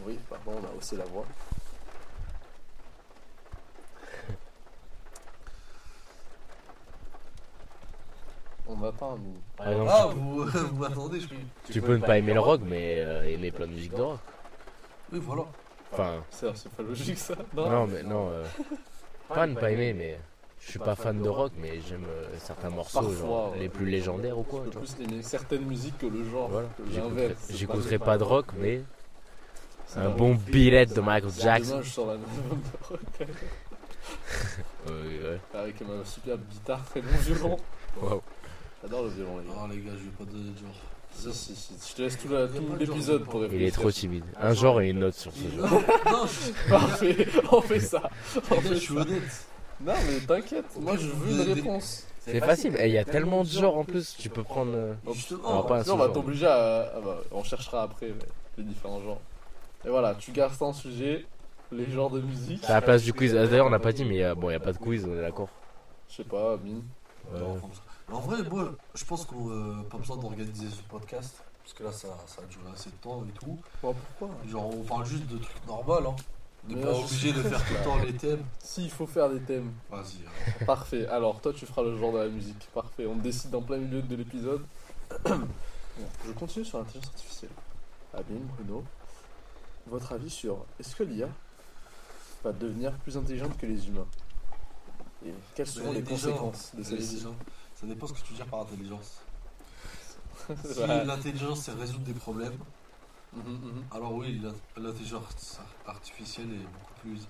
S3: Oui, pardon, on a haussé la voix. On va pas, nous.
S1: Par exemple,
S2: Ah, vous, vous attendez, je suis.
S1: tu, tu peux ne pas aimer le rock, mais euh, aimer plein de musique de rock.
S2: Oui, voilà.
S1: Enfin,
S3: C'est c'est pas logique, ça.
S1: non, mais non. euh, pas ne pas aimer, mais je suis pas fan de rock, mais j'aime euh, certains morceaux, genre
S3: Parfois, ouais.
S1: les plus légendaires ou quoi.
S3: De
S1: tu vois.
S3: plus, il y a une certaine musique que le genre.
S1: Voilà.
S3: que
S1: J'écouterai-
S3: l'inverse, c'est
S1: J'écouterai pas de rock, mais
S3: c'est
S1: un
S3: pas-
S1: bon billet de Michael
S3: c'est
S1: Jackson.
S3: dommage sur la même rock,
S1: Ouais, ouais.
S3: Avec ma superbe guitare, très bon violon.
S1: Wow.
S3: J'adore le violon, les gars.
S2: Ah, les gars, je vais pas donner de genre.
S3: Si, si, si. Je te laisse tout la- tout l'épisode pour
S1: Il est trop timide. Un genre et une note sur ce genre.
S2: Non, non, je-
S3: Parfait, on fait ça. On
S2: les gars, je
S3: fait
S2: suis
S3: ça.
S2: honnête.
S3: Non, mais t'inquiète, moi je veux une
S2: Des- des-
S3: réponse.
S1: C'est facile. Et Eh, il y a tellement de genres en plus. Tu peux prendre. euh,
S2: Justement,
S1: pas un
S3: Sinon, on va
S1: sous-genre.
S3: t'obliger à. ah bah, on cherchera après mais, les différents genres. Et voilà, tu gardes ça en sujet, les genres de musique.
S1: À la place du quiz. Ah, D'ailleurs, on n'a pas dit, mais euh, bon, il n'y a pas de quiz, on est d'accord.
S3: Je sais pas, mine. euh,
S2: Non, comme ça. Mais En vrai, moi, je pense qu'on euh, pas besoin d'organiser ce podcast. Parce que là, ça, ça a duré assez de temps et tout.
S3: Bon, pourquoi
S2: Genre, on parle juste de trucs normaux, hein. On n'est
S3: Mais
S2: pas
S3: là, je
S2: obligé de faire tout le temps les thèmes.
S3: Si, il faut faire des thèmes.
S2: Vas-y. hein.
S3: Parfait, alors toi tu feras le genre de la musique. Parfait, on décide en plein milieu de l'épisode. Bon, je continue sur l'intelligence artificielle. Amine, Bruno, votre avis sur est-ce que l'IA va devenir plus intelligente que les humains Et quelles seront
S2: Mais
S3: les
S2: déjà,
S3: conséquences de
S2: Ça
S3: celle-ci
S2: dépend- ça dépend ce que tu veux dire par intelligence. Si
S3: Voilà.
S2: l'intelligence, c'est résoudre des problèmes,
S3: Mhm, mhm.
S2: alors oui, l'in- l'intelligence artificielle est beaucoup plus.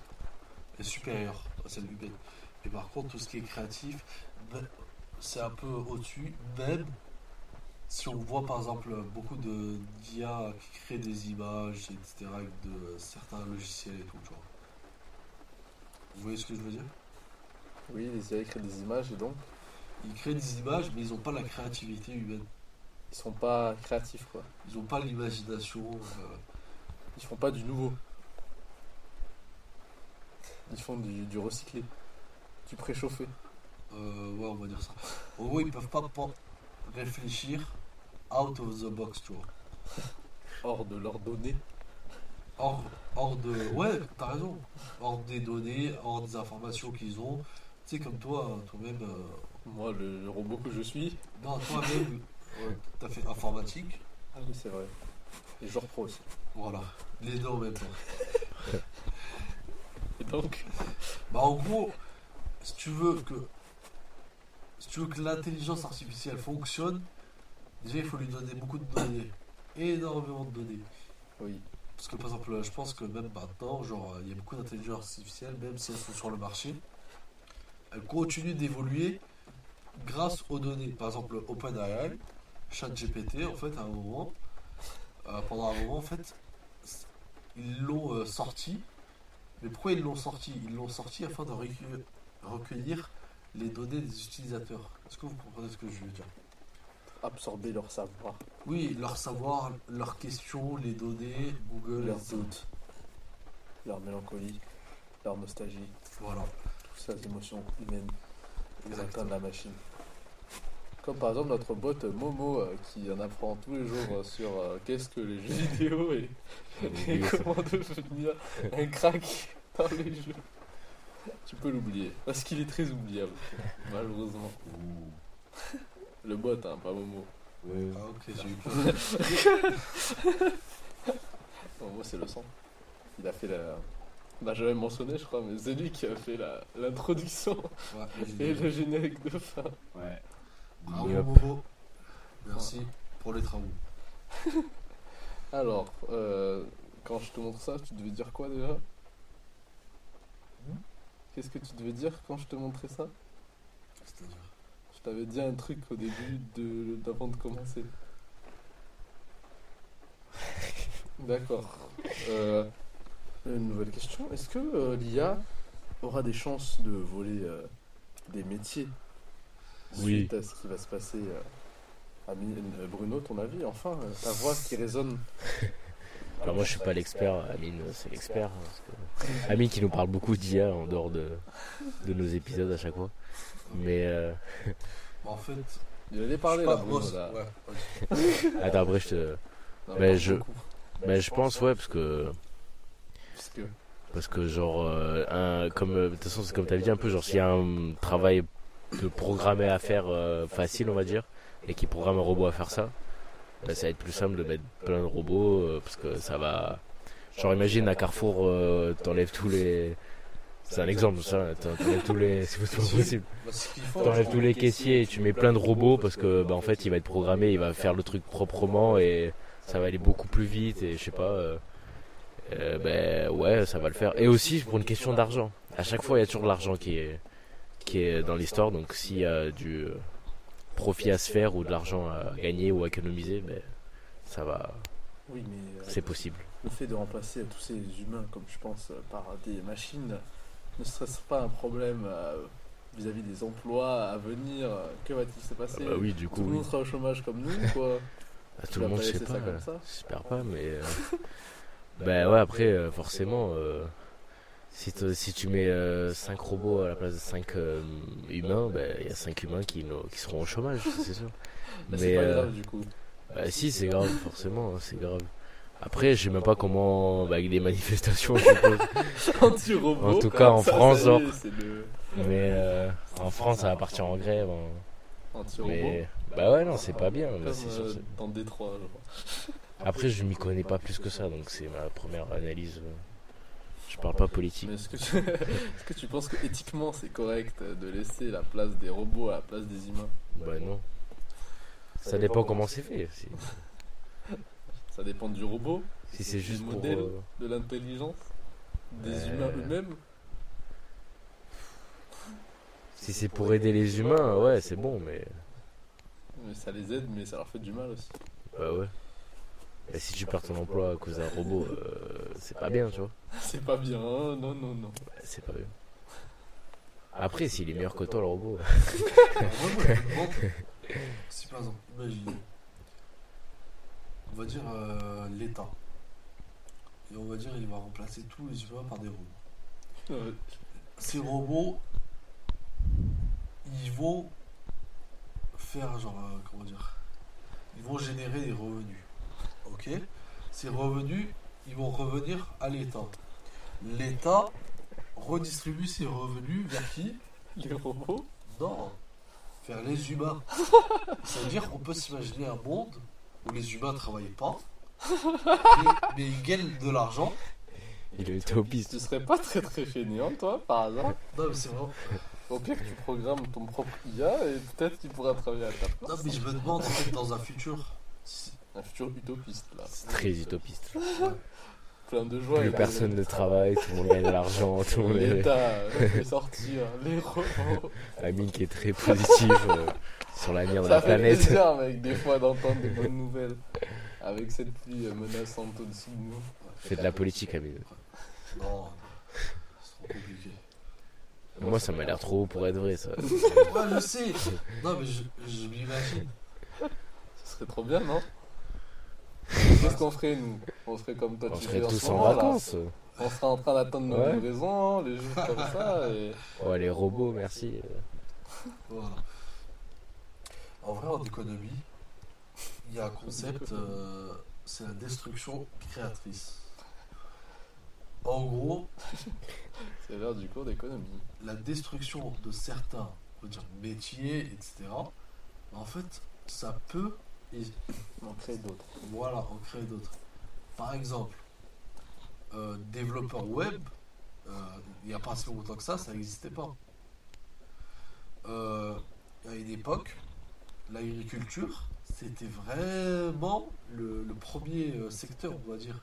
S2: est supérieure à celle humaine. Et par contre, tout ce qui est créatif, ben, c'est un peu au-dessus, même si on voit par exemple beaucoup de d'IA qui créent des images, etc., avec de certains logiciels et tout, tu vois. Vous voyez ce que je veux dire
S3: Oui, les IA créent des images et donc
S2: Ils créent des images, mais ils n'ont pas la créativité humaine.
S3: ils sont pas créatifs quoi.
S2: Ils n'ont pas l'imagination. euh,
S3: Ils font pas du nouveau. Ils font du, du recyclé, du préchauffé.
S2: euh, ouais, on va dire ça. En gros, ils peuvent pas pen- réfléchir out of the box, tu vois.
S3: Hors de leur données.
S2: Hors, hors de. Ouais, t'as raison. Hors des données, hors des informations qu'ils ont. Tu sais, comme toi, hein, toi-même. euh,
S3: Moi, le, le robot que je suis.
S2: Non, toi-même, euh, t'as fait informatique.
S3: Ah oui, c'est vrai. Et genre pro aussi.
S2: Voilà. Les deux en même temps.
S3: Et donc
S2: Bah, en gros, si tu veux que. Si tu veux que l'intelligence artificielle fonctionne, déjà, il faut lui donner beaucoup de données. Énormément de données.
S3: Oui.
S2: Parce que par exemple, je pense que même maintenant, genre, il y a beaucoup d'intelligence artificielle, même si elles sont sur le marché, elles continuent d'évoluer grâce aux données. Par exemple, OpenAI, ChatGPT, en fait, à un moment, euh, pendant un moment, en fait, s- ils l'ont euh, sorti. Mais pourquoi ils l'ont sorti Ils l'ont sorti afin de recue- recueillir les données des utilisateurs. Est-ce que vous comprenez ce que je veux dire
S3: Absorber leur savoir,
S2: Oui, leur savoir, leurs questions, les données, Google,
S3: leurs
S2: etc.
S3: doutes, leur mélancolie, leur nostalgie,
S2: Voilà.
S3: toutes ces émotions humaines les
S2: Exactement.
S3: interne de la machine. Comme par exemple notre bot euh, Momo euh, qui en apprend tous les jours euh, sur euh, qu'est-ce que les jeux vidéo et, et comment devenir un crack dans les jeux. Tu peux l'oublier, parce qu'il est très oubliable, malheureusement. Le bot, hein, pas Momo.
S2: Ah ok, j'ai eu peur.
S3: Bon, moi, c'est le sang. Il a fait la. On l'a jamais mentionné, je crois, mais c'est lui qui a fait la- l'introduction
S2: Ouais,
S3: et
S2: j'ai eu
S3: le générique de fin.
S1: Ouais.
S2: Bravo,
S1: Yep.
S2: Bobo. Merci pour les travaux.
S3: Alors, euh, quand je te montre ça, tu devais dire quoi déjà Qu'est-ce que tu devais dire quand je te montrais ça
S2: C'est-à-dire.
S3: Je t'avais dit un truc au début de d'avant de commencer. D'accord. Euh, une nouvelle question. Est-ce que euh, l'IA aura des chances de voler euh, des métiers
S4: Oui.
S3: suite à ce qui va se passer euh, ami- euh, Bruno, ton avis Enfin, euh, ta voix qui résonne.
S1: Alors moi je suis pas l'expert, Amine c'est l'expert. hein, parce que- Amine qui nous parle beaucoup d'IA en dehors de, de nos épisodes à chaque fois. Mais euh,
S2: Bah, en fait,
S3: Il allait parler là,
S2: je
S3: Bruno.
S2: pense-
S3: Là.
S2: ouais.
S1: attends après je te...
S3: Non,
S1: Mais
S3: parle
S1: je-
S3: beaucoup,
S1: Ben, je pense ouais parce que...
S3: parce que-
S1: Parce que genre, euh, un, comme, euh, de toute façon c'est comme t'as dit un peu, genre s'il y a un travail de programmer à faire euh, facile on va dire, et qui programme un robot à faire ça, ben, ça va être plus simple de mettre plein de robots euh, parce que ça va... Genre imagine à Carrefour, euh, t'enlèves tous les... C'est un exemple ça, t'en- t'enlèves tous les... C'est pas possible.
S2: Bah, ce qu'ils font,
S1: T'enlèves
S2: je
S1: tous les caissiers et tu mets plein de robots parce que bah, en fait il va être programmé, il va faire le truc proprement et ça va aller beaucoup plus vite et je sais pas. euh, euh, ben ouais, ça va le faire. Et aussi pour une question d'argent. À chaque fois il y a toujours de l'argent qui est qui est dans l'histoire donc s'il y a du euh, profit à se faire ou de l'argent à gagner ou à économiser, ben ça va,
S3: Oui, mais euh,
S1: c'est possible.
S3: le fait de remplacer tous ces humains, comme je pense, euh, par des machines, ne serait-ce pas un problème euh, vis-à-vis des emplois à venir euh, Que va-t-il se
S1: Ah
S3: passer
S1: bah oui, du
S3: Tout
S1: coup,
S3: le
S1: oui.
S3: monde sera au chômage comme nous, quoi.
S1: Ah,
S3: Tu
S1: tout le
S3: vas
S1: monde
S3: pas
S1: sait
S3: laisser
S1: pas.
S3: ça comme ça
S1: J'espère pas, mais. euh, ben ouais, après, euh, forcément, euh, si, te- si tu mets 5 robots à la place de 5 humains, ben il y a 5 humains qui, n'ont- qui seront au chômage, ça, c'est sûr.
S3: Mais c'est pas
S1: euh,
S3: grave du coup.
S1: bah, si, c'est grave, forcément, hein, c'est grave. Après, je sais même pas comment. bah, avec des manifestations, je suppose.
S3: Anti-robot.
S1: En tout cas, en
S3: Ça, ça
S1: France,
S3: y est,
S1: genre.
S3: C'est le
S1: Mais euh, en France, ça va partir en grève. hein.
S3: anti-robot.
S1: Mais. Bah ouais, non, c'est pas bien. mais
S3: Comme
S1: c'est sûr,
S3: euh,
S1: c'est-
S3: dans Détroit, je crois.
S1: Après, je m'y connais pas plus que ça, donc c'est ma première analyse. euh. Je parle pas politique.
S3: Mais est-ce que, tu... est-ce que tu penses que éthiquement c'est correct euh, de laisser la place des robots à la place des humains
S1: Bah non. Ça dépend comment c'est fait. Si,
S3: Ça dépend du robot,
S1: si c'est juste
S3: du
S1: pour.
S3: modèle.
S1: euh,
S3: de l'intelligence, des
S1: Euh,
S3: humains eux-mêmes.
S1: Si c'est pour aider les humains, ouais, c'est bon, mais.
S3: Mais ça les aide, mais ça leur fait du mal aussi.
S1: Bah ouais. Et si tu perds ton emploi à cause d'un robot, euh, c'est pas bien, tu vois.
S3: C'est pas bien, hein, non, non, non.
S1: Bah, C'est pas bien. Après, s'il est meilleur que toi, le robot.
S2: Alors, moi, moi, je me demande si par exemple, imagine, on va dire euh, l'État, et on va dire il va remplacer tous les humains par des robots.
S3: Euh,
S2: Ces robots, ils vont faire genre, euh, comment dire, ils vont générer des revenus. Ok Ces revenus, ils vont revenir à l'État. L'État redistribue ses revenus vers qui
S3: Les robots
S2: non, vers les humains. C'est-à-dire qu'on peut s'imaginer un monde où les humains ne travaillent pas, mais, mais ils gagnent de l'argent.
S1: Il est utopiste.
S3: Tu serais pas très très fainéant, toi, par hasard
S2: Non, mais c'est vraiment.
S3: Au pire, tu programmes ton propre IA et peut-être qu'il pourra travailler à ta place.
S2: Non, mais je me demande en fait, dans un futur. si-
S3: Un futur utopiste, là.
S1: Très utopiste.
S3: Plein de joie.
S1: Plus
S3: et de-
S1: personne ne travaille, tout le monde gagne de l'argent, tout le monde bah, est.
S3: L'État euh, fait sortir les robots.
S1: Amine qui est très positive euh, sur l'avenir de
S3: Ça
S1: la
S3: fait
S1: planète.
S3: plaisir, mec, des fois d'entendre des bonnes nouvelles. Avec cette pluie euh, menaçante au-dessus de nous.
S1: Fais de la politique, Amine.
S2: Non, c'est trop compliqué.
S1: Moi, ça m'a l'air trop haut pour être vrai, ça.
S2: Ouais, je sais Non, mais je, je m'imagine.
S3: Ce serait trop bien, non Qu'est-ce qu'on ferait, nous On serait comme toi,
S1: On
S3: tu
S1: serait
S3: fais en
S1: tous
S3: ce
S1: en
S3: moment, là.
S1: vacances.
S3: On serait en train d'attendre nos
S1: Ouais.
S3: livraisons, hein, les jours comme ça. Et...
S1: Ouais, Oh, les robots, merci.
S2: Voilà. En vrai, en économie, il y a un concept, euh, c'est la destruction créatrice. En gros,
S3: C'est l'heure du cours d'économie.
S2: la destruction de certains on va dire, métiers, etc., en fait, ça peut, et
S3: On en crée d'autres.
S2: voilà, en créer d'autres. Par exemple, euh, développeur web, euh, il n'y a pas si longtemps que ça, ça n'existait pas. Euh, à une époque, l'agriculture, c'était vraiment le, le premier euh, secteur, on va dire.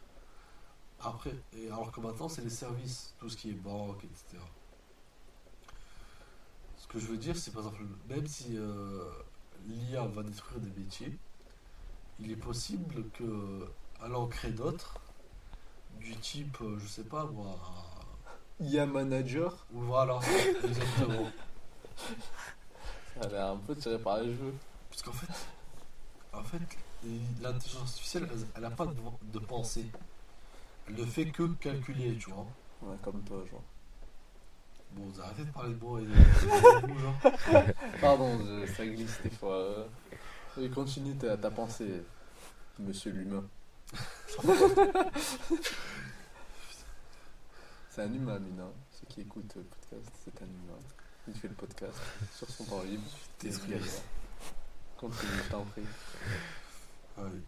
S2: Après, et alors que maintenant, c'est les services, tout ce qui est banque, etc. Ce que je veux dire, c'est par exemple, même si euh, l'IA va détruire des métiers, il est possible que, allant créer d'autres, du type, euh, je sais pas moi.
S3: IA Manager,
S2: Ou voilà, exactement.
S3: ça a l'air un peu tiré par les cheveux.
S2: Parce qu'en fait, en fait l'intelligence artificielle, elle- elle n'a pas de, de pensée. Elle ne fait que calculer, tu vois.
S3: Ouais, comme toi, genre.
S2: Bon, vous arrêtez de parler de moi et de- de vous, genre.
S3: Pardon, je- ça glisse des fois. euh. Et continue ta, ta pensée, monsieur l'humain. c'est un humain, Mina. Ceux qui écoutent le podcast, c'est un humain. Il fait le podcast sur son temps libre.
S2: T'es
S3: Il
S2: triste.
S3: galère. Continue, je t'en prie.
S2: Ah oui.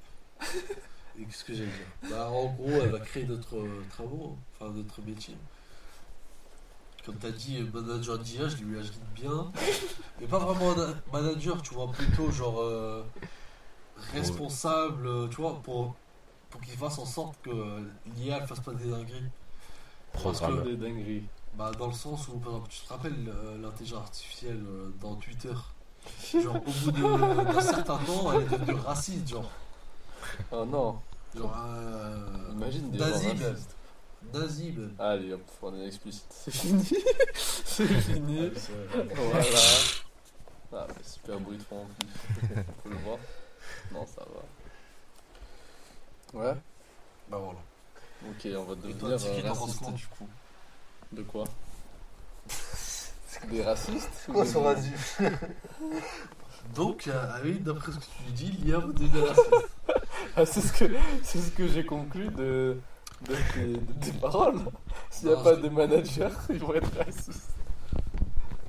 S2: Et qu'est-ce que j'allais dire Bah, en gros, elle va créer d'autres euh, travaux, enfin d'autres métiers. Comme t'as dit, euh, manager d'IA, je lui agite bien. Mais pas vraiment un manager, tu vois, plutôt genre euh, responsable, euh, tu vois, pour, pour qu'il fasse en sorte que euh, l'IA ne fasse pas des dingueries.
S1: Programme.
S3: Des dingueries.
S2: Bah, dans le sens où, par exemple, tu te rappelles euh, l'intelligence artificielle euh, dans Twitter Genre, au bout de- d'un certain temps, elle est devenue raciste, genre.
S3: Oh non,
S2: Genre, euh,
S3: imagine des
S2: nazi,
S3: gens
S2: même.
S3: racistes.
S2: Nazi, même.
S3: Allez, hop, on est explicite. C'est fini. c'est fini. Voilà. Ah, mais super bruit de fond en plus. Faut le voir. Non, ça va. Ouais.
S2: Bah voilà.
S3: Ok, on va
S2: Et
S3: devenir
S2: toi, Tiki,
S3: euh,
S2: t'en penses
S3: raciste.
S2: quoi du coup
S3: De quoi Des racistes ou des-
S2: Donc, euh, ah oui, d'après ce que tu dis, l'IA vous devient raciste.
S3: Ah, c'est ce que, c'est ce que j'ai conclu de, de, tes, de tes paroles. S'il n'y a
S2: Non,
S3: pas
S2: je-
S3: de manager, ils vont être racistes.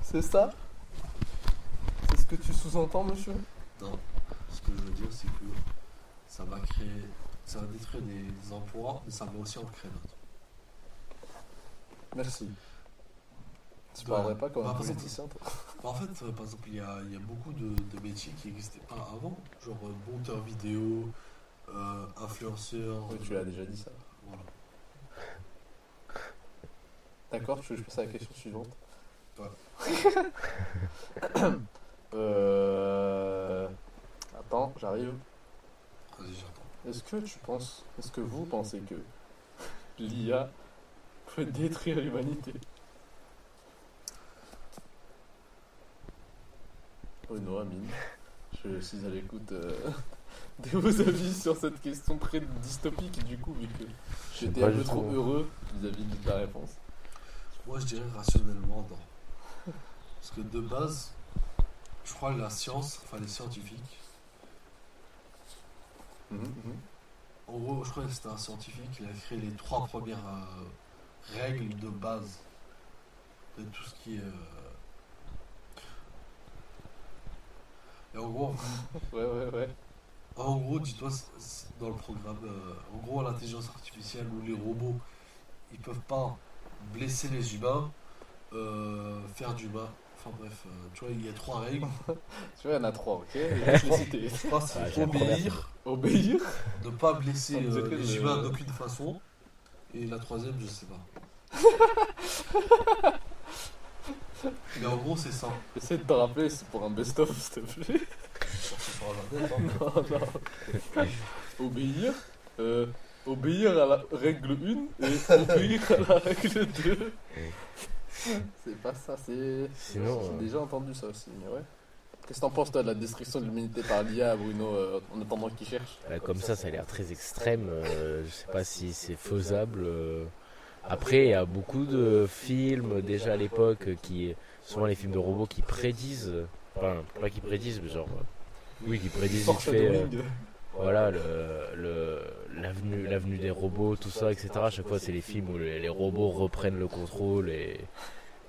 S3: C'est ça C'est ce que tu sous-entends, monsieur
S2: Non, ce que je veux dire, c'est que ça va créer. Ça va détruire des, des emplois, mais ça va aussi en créer d'autres.
S3: Merci. Tu
S2: Ouais.
S3: parlerais pas comme
S2: Bah,
S3: un
S2: par exemple-
S3: politicien, toi
S2: Bah, en fait, euh, par exemple, il y a, il y a beaucoup de, de métiers qui n'existaient pas avant, genre euh, monteur vidéo, euh, influenceur.
S3: Oui, tu l'as déjà dit ça.
S2: Voilà.
S3: D'accord, tu veux que je passe à la question suivante
S2: Ouais.
S3: Euh, Attends, j'arrive.
S2: Vas-y, j'attends.
S3: Est-ce que tu penses, est-ce que vous pensez que l'IA peut détruire l'humanité Oh non, Amine, je suis à l'écoute euh, de vos avis sur cette question très dystopique, du coup, vu que j'étais
S1: pas
S3: un peu
S1: du
S3: trop
S1: tout. hein.
S3: heureux vis-à-vis de la réponse.
S2: Moi, je dirais rationnellement, non. Parce que de base, je crois que la science, enfin les scientifiques,
S3: Mhm,
S2: En gros, je crois que c'était un scientifique qui a créé les trois premières euh, règles de base de tout ce qui est. euh, Et en gros,
S3: Ouais, ouais, ouais.
S2: en gros, dis-toi, c- c- dans le programme, euh, en gros, l'intelligence artificielle ou les robots, ils peuvent pas blesser les humains, euh, faire du mal. Enfin bref, euh, tu vois, il y a trois règles.
S3: Tu vois, il y en a trois, ok Je vais citer.
S2: Je crois que
S1: Ah,
S2: c'est
S1: j'ai la première.
S2: obéir,
S3: Obéir.
S2: ne pas blesser
S3: Ah, vous
S2: euh,
S3: êtes
S2: les
S3: le-
S2: humains d'aucune façon. Et la troisième, je sais pas. Mais en gros, c'est ça.
S3: Essaie de te rappeler, c'est pour un best-of, s'il te plaît.
S2: Sorti sur la net, hein.
S3: Non, non. Obéir. euh, obéir à la règle 1 et obéir à la règle 2. C'est pas ça, c'est.
S1: Sinon,
S3: J'ai
S1: euh,
S3: déjà entendu ça aussi, mais ouais. Qu'est-ce que t'en penses, toi, de la destruction de l'humanité par l'IA, Bruno, euh, en attendant qu'il cherche
S1: euh, comme ça, ça a l'air très extrême. euh, je sais pas si c'est faisable. euh. Après, il y a beaucoup de films déjà à l'époque euh, qui, souvent les films de robots qui prédisent, euh, enfin pas qui prédisent, mais genre, euh, oui, qui prédisent vite fait. euh,
S3: Foreshadowing.
S1: voilà le le- l'avenue l'avenue des robots tout ça etc à chaque fois c'est les films où les, les robots reprennent le contrôle et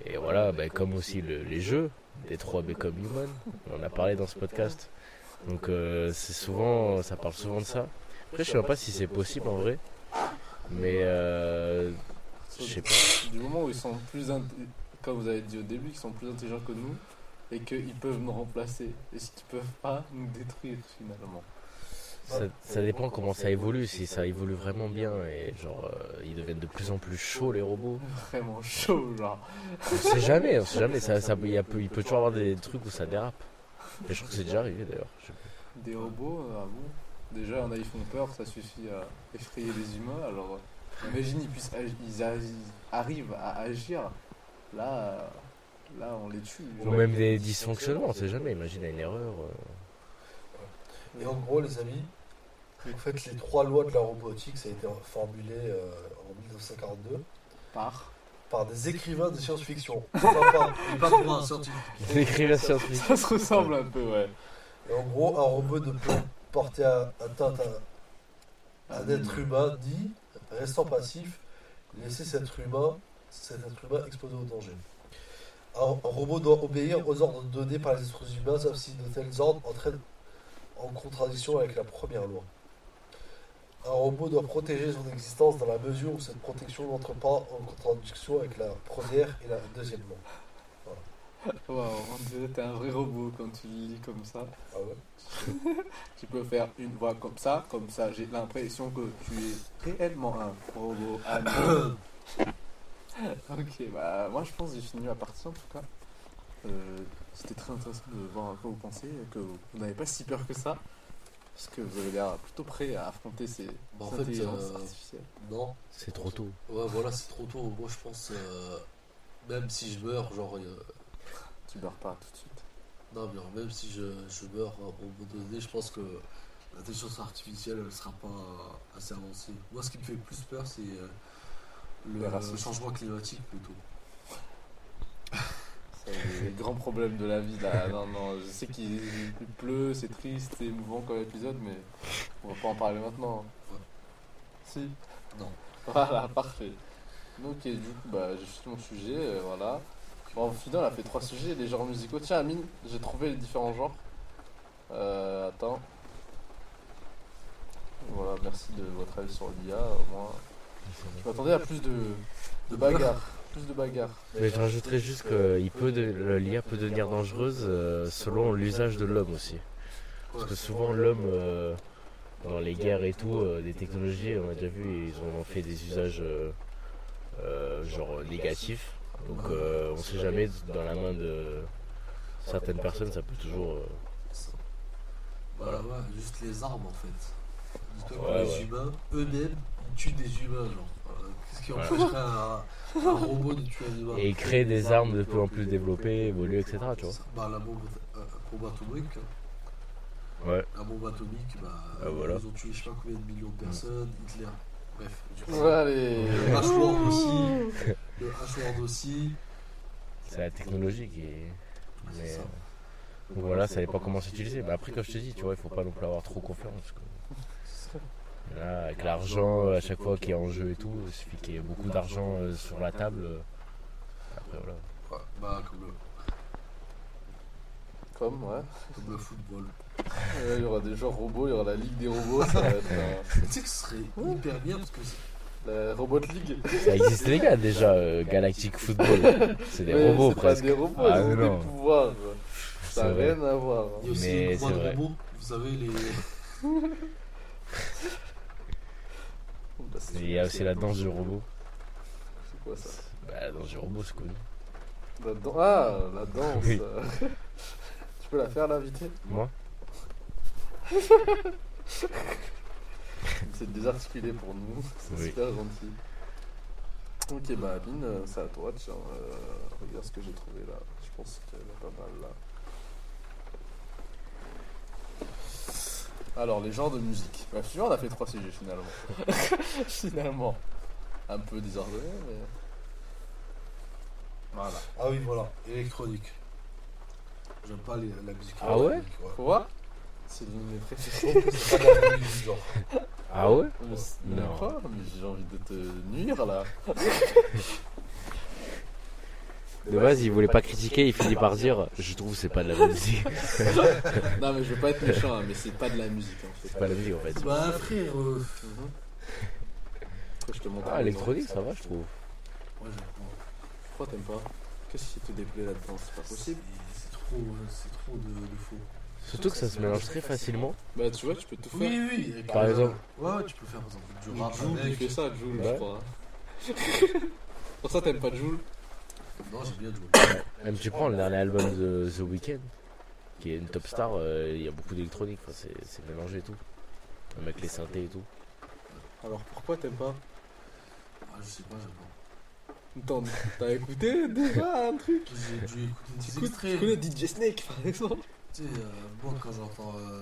S1: et voilà ben, comme aussi le- les jeux des 3 Become Human on en a parlé dans ce podcast donc euh, c'est souvent ça parle souvent de ça après je sais pas si c'est possible en vrai mais euh, je sais pas
S3: Du moment où ils sont plus. int- Comme vous avez dit au début, qu'ils sont plus intelligents que nous et qu'ils peuvent nous remplacer. Est-ce qu'ils peuvent pas nous détruire, finalement
S1: ça, ça dépend comment ça évolue si ça évolue vraiment bien et genre euh, ils deviennent de plus en plus chauds les robots
S3: Vraiment chaud, genre.
S1: On sait jamais, on sait jamais. Ça, ça, il, y a peu- il peut toujours avoir des trucs où ça dérape. Et je trouve que c'est déjà arrivé d'ailleurs. Je-
S3: Des robots, euh, ah bon Déjà, on a, ils font peur, ça suffit à effrayer les humains, alors euh, Imagine, ils, puissent ag- ils arri- arrivent à agir. Là, euh, là on les tue.
S1: Ou même des dysfonctionnements, on sait jamais, imagine une erreur. euh.
S2: Et en gros, les amis, en fait, les trois lois de la robotique, ça a été formulé euh, en 1942
S3: Par.
S2: par des écrivains de science-fiction. Pas par- pas par un scientifique.
S1: Des écrivains scientifiques.
S3: Ça se ressemble un peu, ouais.
S2: Et en gros, un robot ne peut porter à- atteinte à un être humain dit, restant passif, laisser cet être humain, cet être humain exposé au danger. Un, un robot doit obéir aux ordres donnés par les êtres humains, sauf si de tels ordres entraînent en contradiction avec la première loi. Un robot doit protéger son existence dans la mesure où cette protection n'entre pas en contradiction avec la première et la deuxième loi.
S3: Waouh, on dirait que t'es un vrai robot quand tu le lis comme ça.
S2: Ah ouais
S3: Tu peux faire une voix comme ça, comme ça. J'ai l'impression que tu es réellement un robot. Anne. ok, bah moi je pense que j'ai fini ma partie en tout cas. Euh, C'était très intéressant de voir à quoi vous pensez, que vous n'avez pas si peur que ça. Parce que vous avez l'air plutôt prêt à affronter ces
S2: Bah, en fait,
S3: intelligences
S2: euh,
S3: artificielles.
S2: Non
S1: C'est trop tôt.
S2: Ouais, voilà, c'est trop tôt. Moi, je pense, euh, même si je meurs, genre, euh,
S3: Tu meurs pas tout de suite.
S2: non, mais alors, même si je, je meurs hein, au bout de donné, je pense que l'intelligence artificielle, elle sera pas euh, assez avancée. Moi, ce qui me fait le plus peur, c'est euh, le
S3: Le racisme.
S2: euh, changement climatique plutôt.
S3: C'est le grand problème de la vie là. Non, non, je sais qu'il il pleut, c'est triste, c'est émouvant comme épisode, mais on va pas en parler maintenant.
S2: Ouais.
S3: Si.
S2: Non.
S3: Voilà, parfait. Donc, et du coup, bah, j'ai fini mon sujet, euh, voilà. Bon, au final, on a fait trois sujets, les genres musicaux. Tiens, Amine, j'ai trouvé les différents genres. Euh, attends. Voilà, merci de votre avis sur l'IA, au moins. Je m'attendais à plus de, de bagarres. Plus de bagarres.
S1: Mais je rajouterais juste que il peut de- le- l'IA peut devenir dangereuse euh, selon l'usage de l'homme aussi. Parce que souvent l'homme, euh, dans les guerres et tout, euh, des technologies, on a déjà vu, ils en ont fait des usages euh, euh, genre négatifs. Donc euh, on sait jamais, dans la main de certaines personnes, ça peut toujours... euh,
S2: Voilà, ouais, juste les armes en fait. Dis-toi que
S1: Ouais,
S2: les
S1: ouais.
S2: humains, eux-mêmes, ils tuent des humains, genre. Euh, Qu'est-ce qui
S1: Ouais.
S2: empêcherait un, un robot de tuer un humain
S1: et créer des armes de plus en plus développées, évoluer, etc. Tu vois
S2: Bah, la bombe, euh, bombe atomique, hein.
S1: Ouais.
S2: la bombe atomique, bah,
S1: Ah, voilà.
S2: ils ont tué je sais pas combien de millions de personnes, Hitler, bref. du coup,
S3: Ouais, allez.
S2: Le H-word aussi, le H-word aussi,
S1: C'est la technologie qui est...
S2: c'est
S1: Mais,
S2: ça.
S1: euh, donc voilà, ça n'est pas comment s'utiliser. Mais après, comme je te dis, tu vois, il faut pas non plus avoir trop confiance. quoi. Là, avec l'argent à chaque fois qui est en jeu et tout, il suffit qu'il y ait beaucoup d'argent euh, sur la table. euh, Après, voilà.
S2: Ouais, bah, comme le,
S3: Comme, ouais.
S2: comme le football.
S3: Ouais, Il y aura des genres robots, il y aura la ligue des robots, ça va être euh,
S2: tu sais que ce serait hyper bien parce que c'est-
S3: la Robot League.
S1: Ça existe les gars déjà, euh, Galactic Football. C'est des
S3: Mais
S1: robots
S3: c'est pas
S1: presque.
S3: des robots,
S1: Ah,
S3: ils ont
S1: non.
S3: des pouvoirs. Ça
S1: C'est
S3: n'a
S1: vrai.
S3: rien à voir. hein.
S2: il y a aussi
S1: Mais
S2: le droit
S1: c'est
S2: de
S1: vrai.
S2: robot, vous savez, les.
S3: Bah, c'est
S1: Il y a aussi la danse du robot.
S3: c'est quoi ça
S1: Bah, la danse du robot, c'est cool.
S3: la dan- Ah, la danse.
S1: Oui.
S3: euh. tu peux la faire, l'invité
S1: Moi
S3: C'est désarticulé pour nous, c'est
S1: Oui.
S3: super gentil. Ok, bah, Amine, euh, c'est à toi, tiens. euh, regarde ce que j'ai trouvé là. Je pense qu'elle est pas mal là. Alors, les genres de musique. Bah, finalement, on a fait trois sujets finalement. finalement. Un peu désordonné, mais. Voilà.
S2: Ah oui, voilà, électronique. J'aime pas les- la musique.
S1: Ah ouais
S2: électronique,
S3: Quoi C'est l'une de mes préférées.
S2: Je trouve que c'est pas de la musique, genre.
S1: Ah ouais
S3: Mais c'est-
S1: Non.
S3: mais quoi Mais j'ai envie de te nuire là.
S1: De base, il voulait pas critiquer, il finit par dire Je trouve que c'est pas de la bonne musique.
S3: non, mais je veux pas être méchant, hein, mais c'est pas de la musique en fait.
S1: C'est pas la musique en fait.
S2: Bah, frère, euh,
S3: Mhm. Après, je te montre
S1: Ah, électronique, ça va, je trouve.
S2: ouais, j'aime pas.
S3: Pourquoi t'aimes pas Qu'est-ce qui te déplaît là-dedans C'est pas possible.
S2: C'est- C'est trop, euh, c'est trop de, de faux.
S1: Surtout que ça se mélange très facilement.
S3: Bah, tu vois, tu peux tout faire.
S2: Oui, oui, avec,
S1: Par
S2: euh,
S1: exemple.
S2: Ouais, ouais, tu peux faire par exemple du rap
S3: Joule, il
S2: avec.
S3: fait ça, Joule, je
S1: Ouais.
S3: crois. Pour ça, t'aimes pas Joule
S2: Non, j'aime bien du
S1: Même tu prends le dernier album de The Weeknd, qui est une top star, euh, il y a beaucoup d'électronique, enfin, c'est c'est mélangé et tout. Même avec les synthés et tout.
S3: Alors pourquoi t'aimes pas
S2: Ah, je sais pas, j'attends.
S3: Attends, t'as écouté déjà un truc
S2: J'ai dû écouter des
S3: T'écoutes- Tu
S2: extraits.
S3: connais DJ Snake par exemple
S2: Tu sais, euh, moi quand j'entends euh,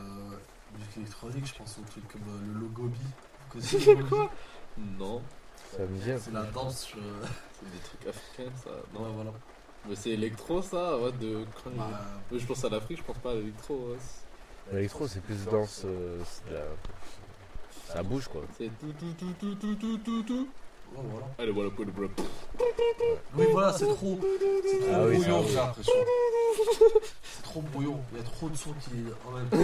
S2: musique électronique, je pense aux trucs comme euh, le logobi. Vous connaissez le logobi
S3: Quoi Non,
S1: Ça me vient.
S2: C'est la danse. euh,
S3: c'est des trucs africains ça.
S2: Ouais,
S3: Non,
S2: voilà.
S3: mais c'est électro ça, ouais, de quand je-
S2: Bah,
S3: Moi, je pense à l'Afrique, je pense pas à l'électro. hein. ouais. C'est-
S1: L'électro, c'est plus danse. euh, c'est de la... Ça bouge quoi.
S3: C'est tout, tout, tout, tout, tout, tout, tout, tout.
S2: ouais, voilà.
S3: Allez, voilà, pour le bro.
S2: Oui, voilà, c'est trop. C'est trop
S1: Ah oui, ça,
S2: brouillon,
S1: oui.
S2: j'ai l'impression. C'est trop brouillon. Il y a trop de sons qui. en même temps.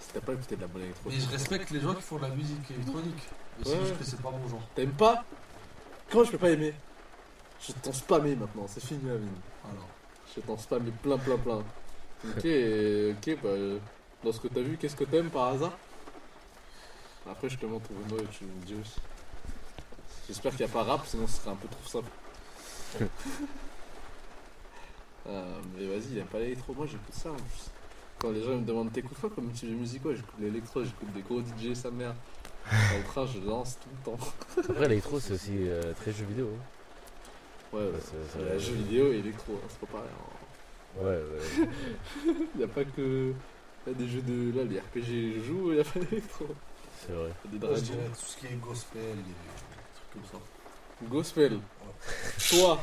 S3: Si t'as pas écouté de la bonne électro,
S2: Mais je respecte les gens qui font de la musique électronique. Mais c'est
S3: Ouais.
S2: juste que c'est pas mon genre.
S3: t'aimes pas Comment je peux pas aimer Je t'en spammé maintenant, c'est fini la mine.
S2: Alors,
S3: Je t'en spammé plein, plein, plein. Ok, euh, ok, bah. euh, Dans ce que t'as vu, qu'est-ce que t'aimes par hasard Après, je te montre Bruno et tu me dis aussi. J'espère qu'il n'y a pas rap, sinon ce serait un peu trop simple. Euh, mais vas-y, il n'y a pas l'électro. Moi, j'écoute ça en plus. Quand les gens ils me demandent t'écoutes quoi comme type de musique, ouais, j'écoute l'électro, j'écoute des gros DJ, sa mère. Dans le train, je lance tout le temps.
S1: Après, l'électro, c'est aussi euh, très jeu vidéo. hein.
S3: Ouais, ouais.
S1: Ouais, c'est-
S3: Euh,
S1: c'est-
S3: jeux vidéo et électro, hein, c'est pas pareil. hein.
S1: Ouais, ouais.
S3: Il a pas que. y a des jeux de. Là, les RPG jouent, il a pas d'électro.
S1: C'est vrai.
S3: Y a Des
S4: Moi, je
S3: dragons.
S4: dirais tout ce qui est gospel, les trucs comme ça.
S3: Gospel. Toi,